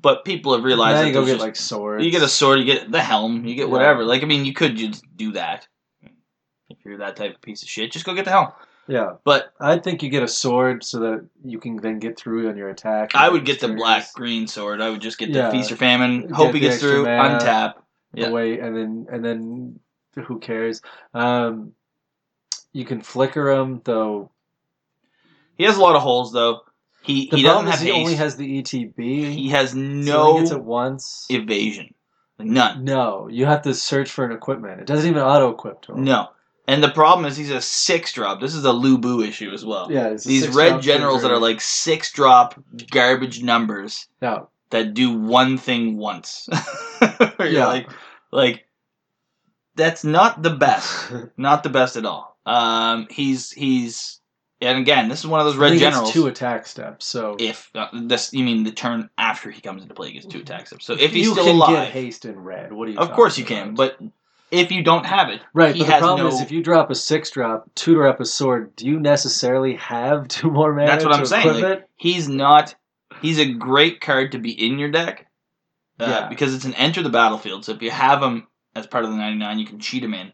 But people have realized
now
that
you go get
there's just-
like swords.
you get a sword, you get the helm, you get
Yeah.
whatever. Like I mean, you could just do that. If you're that type of piece of shit, just go get the helm.
Yeah,
But
I think you get a sword so that you can then get through on your attack.
I would get the
Experience
black green sword. I would just get the
Yeah.
feast or famine.
Get
Hope he
the
gets
extra
through.
mana.
Untap.
the
yeah.
way, and then and then who cares? Um, you can flicker him though.
He has a lot of holes though. He
The
he doesn't
problem is
have
he only
haste.
has the ETB.
he has
so he
no
gets it once.
evasion. Like, none.
No, you have to search for an equipment. It doesn't even auto equip to him.
No. And the problem is he's a six drop. This is a Lubu issue as well.
Yeah, it's a
These
six
red
drop
generals that
surgery.
are like six drop garbage numbers
no.
that do one thing once. You're
Yeah.
like like that's not the best. Not the best at all. Um he's he's and again, this is one of those
I
red
think it's
generals.
two attack steps. So
if uh, this you mean the turn after he comes into play he gets two attack steps. So if he's
you
still
can
alive,
get haste in red. What do you?
of
talking
course you
about?
can. But if you don't have it,
right,
he
but the
has
problem
no-
is if you drop a six drop, tutor up a sword. Do you necessarily have two more mana?
That's what
to
I'm saying,
equip it?
he's not. He's a great card to be in your deck uh,
Yeah.
because it's an enter the battlefield. So if you have him as part of the 99, you can cheat him in.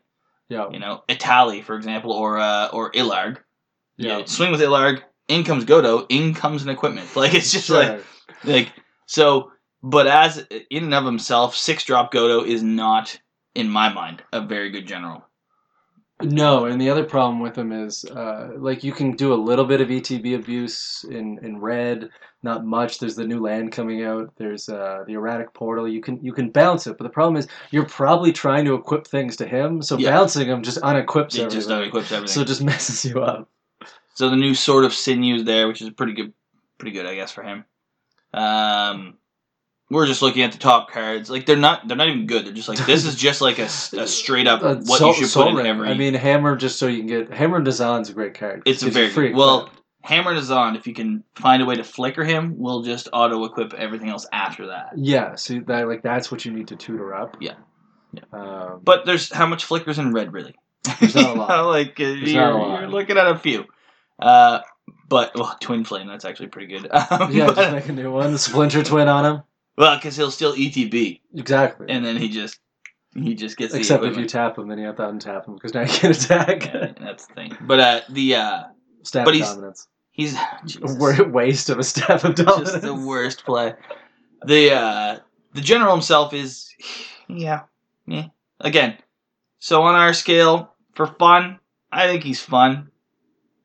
yeah,
You know, Itali, for example, or uh, or Ilarg.
yeah,
You swing with Ilarg. In comes Godo. In comes an equipment. Like it's just like
Sure.
Like so, but as in and of himself, six drop Godo is not, in my mind, a very good general.
no. And the other problem with them is uh, like you can do a little bit of ETB abuse in in red, not much. There's the new land coming out. There's uh, the erratic portal. You can you can bounce it, but the problem is you're probably trying to equip things to him, so
Yeah.
bouncing him just unequips
It just
everything.
equips everything.
So
So,
it just messes you up.
the new sort of sinews there, which is pretty good, pretty good, I guess, for him. Um, we're just looking at the top cards. Like they're not, they're not even good. They're just like this is just like a, s- a straight up
Uh,
what
Sol-
you should
Sol
put in
Ring.
every.
I mean, Hammer just so you can get Hammer Design's a great card.
It's a
Gives you
very
free
good- well-
equipment.
Hammered is on. If you can find a way to flicker him, we'll just auto equip everything else after that.
yeah. So that like that's what you need to tutor up.
Yeah. Yeah.
Um,
But there's how much flickers in red really?
There's not a lot.
You know, like uh,
There's
you're,
not a lot.
you're looking at a few. Uh, but well, twin flame that's actually pretty good. Um,
yeah,
but-
just make a new one. The Splinter Twin on him.
well, because he'll still E ETB,
Exactly.
and then he just he just gets
Except
the
if you
equipment.
tap him, then you have to untap him because now you can attack.
Yeah, that's the thing. But uh, the uh,
Staff
But he's-
dominance.
he's
A
Jesus.
wor- waste of a staff of dominance.
just the worst play. The uh, the general himself is yeah, yeah. Again, so on our scale for fun, I think he's fun.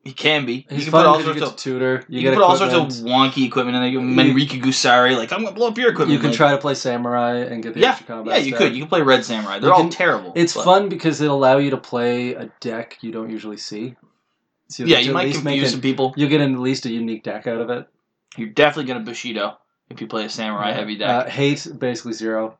He can be.
He's
he can
fun
put all
because you
sorts
get
of
to tutor. You,
You,
get
can put all
equipment.
sorts of wonky equipment in there. You can
You-
Manrika Gusari, like, I'm going to blow up your equipment.
You can
Like,
try to play samurai and get the
Yeah,
extra combat.
Yeah, you
stat.
could. You can play Red Samurai. They're
You
all
can-
terrible.
It's
but-
fun because it allow you to play a deck you don't usually see. So get
Yeah,
to
you
at
might
least make
confuse
an-
some people.
You'll get at least a unique deck out of it.
You're definitely going to Bushido if you play a Samurai heavy deck.
Uh, hate basically zero.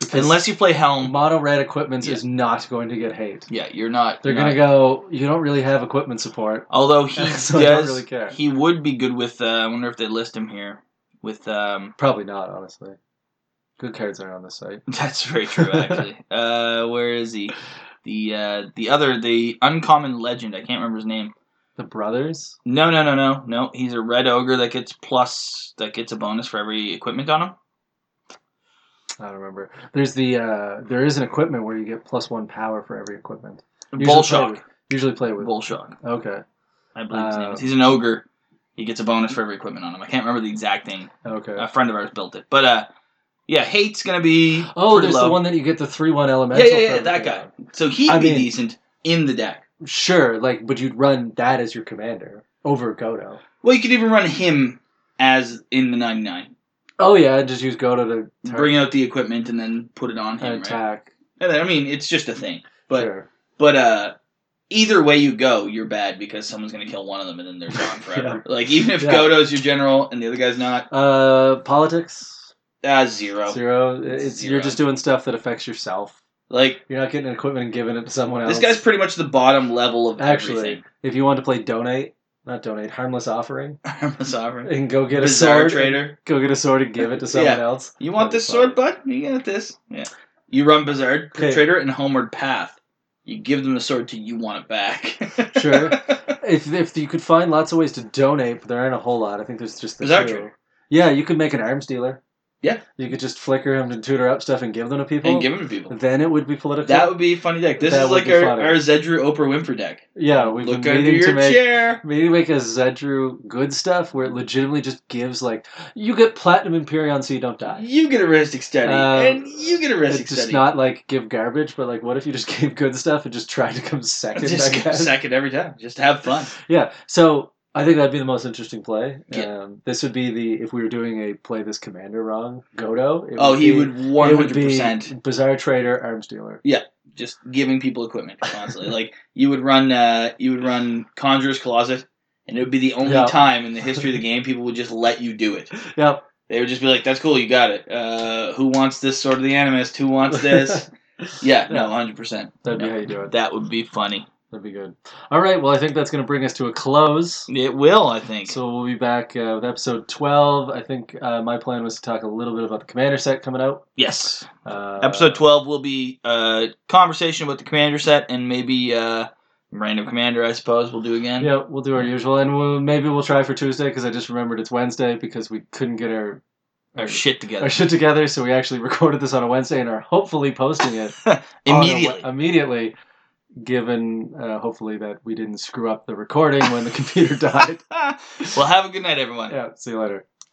Because
Unless you play Helm.
mono red equipment
Yeah.
is not going to get hate.
Yeah, you're not.
They're
you're
gonna
not-
go. You don't really have equipment support.
Although he
So I don't
does.
really care.
He would be good with. Uh, I wonder if they list him here. With. um
Probably not, honestly. Good cards are on this site.
That's very true, actually. uh Where is he? The uh the other the uncommon legend. I can't remember his name.
The brothers.
No, no, no, no, no. He's a red ogre that gets plus that gets a bonus for every equipment on him.
I don't remember. There's the. Uh, there is an equipment where you get plus one power for every equipment.
Bull
play
shock.
with- Usually play with.
Bull shock.
Okay.
I believe his name is.
Uh,
He's an ogre. He gets a bonus for every equipment on him. I can't remember the exact thing.
Okay.
A friend of ours built it, but uh, yeah, hate's gonna be
Oh,
pretty
there's
low.
the one that you get the three one
Yeah,
elemental.
yeah, yeah,
from.
that guy. So he'd
I
be
mean-
decent in the deck.
Sure, like, but you'd run that as your commander over Godo.
Well, you could even run him as in the ninety nine.
Oh yeah, I'd just use Godo to
Bring out the equipment and then put it on
and
him. Right?
attack.
And then, I mean, it's just a thing, but.
sure.
But uh either way you go, you're bad because someone's gonna kill one of them and then they're gone forever. Like even if
Yeah.
Godo's your general and the other guy's not,
Uh, politics
uh zero.
zero. It's you you're
Zero.
just doing stuff that affects yourself.
Like
You're not getting equipment and giving it to someone else.
this guy's pretty much the bottom level of
Actually.
everything.
if you want to play donate, not donate, harmless offering,
I'm a sovereign.
and go get a
Bizarre
sword,
trader.
go get a sword and give it to someone
Yeah.
else.
You want this sword, bud? You got this. Yeah. You run Bizarre
Okay.
Trader and Homeward Path. You give them the sword till you want it back.
Sure. If if you could find lots of ways to donate, but there aren't a whole lot. I think there's just the
Bizarre
two.
trader.
Yeah, you could make an arms dealer.
Yeah.
You could just flicker them to tutor up stuff and give them to people.
and give them to people.
then it would be political.
That would be a funny deck. This
That
is
would
like
be
our,
funny.
our Zedru Oprah Winfrey deck.
yeah, we've
Look
been
under
meaning
your
to make
chair.
maybe make a Zedru good stuff where it legitimately just gives like you get platinum Imperion so you don't die.
You get a Ristic Study,
Um,
and you get a Ristic
It's just
Study.
not like give garbage, but like what if you just gave good stuff and just tried to come second?
just
I
go
guess?
second every time. Just have fun.
Yeah. So I think that'd be the most interesting play.
Yeah.
Um, this would be the if we were doing a play this commander wrong, Godo. It
oh, he
be-
would
it
100%
would be Bizarre trader, arms dealer.
just giving people equipment constantly. like you would run, uh, you would run Conjurer's Closet, and it would be the only
Yeah.
time in the history of the game people would just let you do it.
Yep.
They would just be like, "That's cool, you got it." Uh, who wants this sort of the animist? Who wants this? yeah, no, hundred percent.
That'd be how you do it.
That would be funny.
That'd be good. All right. Well, I think that's going to bring us to a close.
It will, I think.
So we'll be back uh, with episode 12. I think uh, my plan was to talk a little bit about the commander set coming out.
yes,
Uh,
episode twelve will be uh, conversation with the commander set, and maybe uh, random commander. I suppose we'll do again.
Yeah, we'll do our usual, and we'll, maybe we'll try for Tuesday because I just remembered it's Wednesday because we couldn't get our
Our shit together
our shit together, so we actually recorded this on a Wednesday and are hopefully posting it on a we-
immediately.
immediately, given uh, hopefully that we didn't screw up the recording when the computer died.
well, have a good night, everyone.
Yeah, see you later.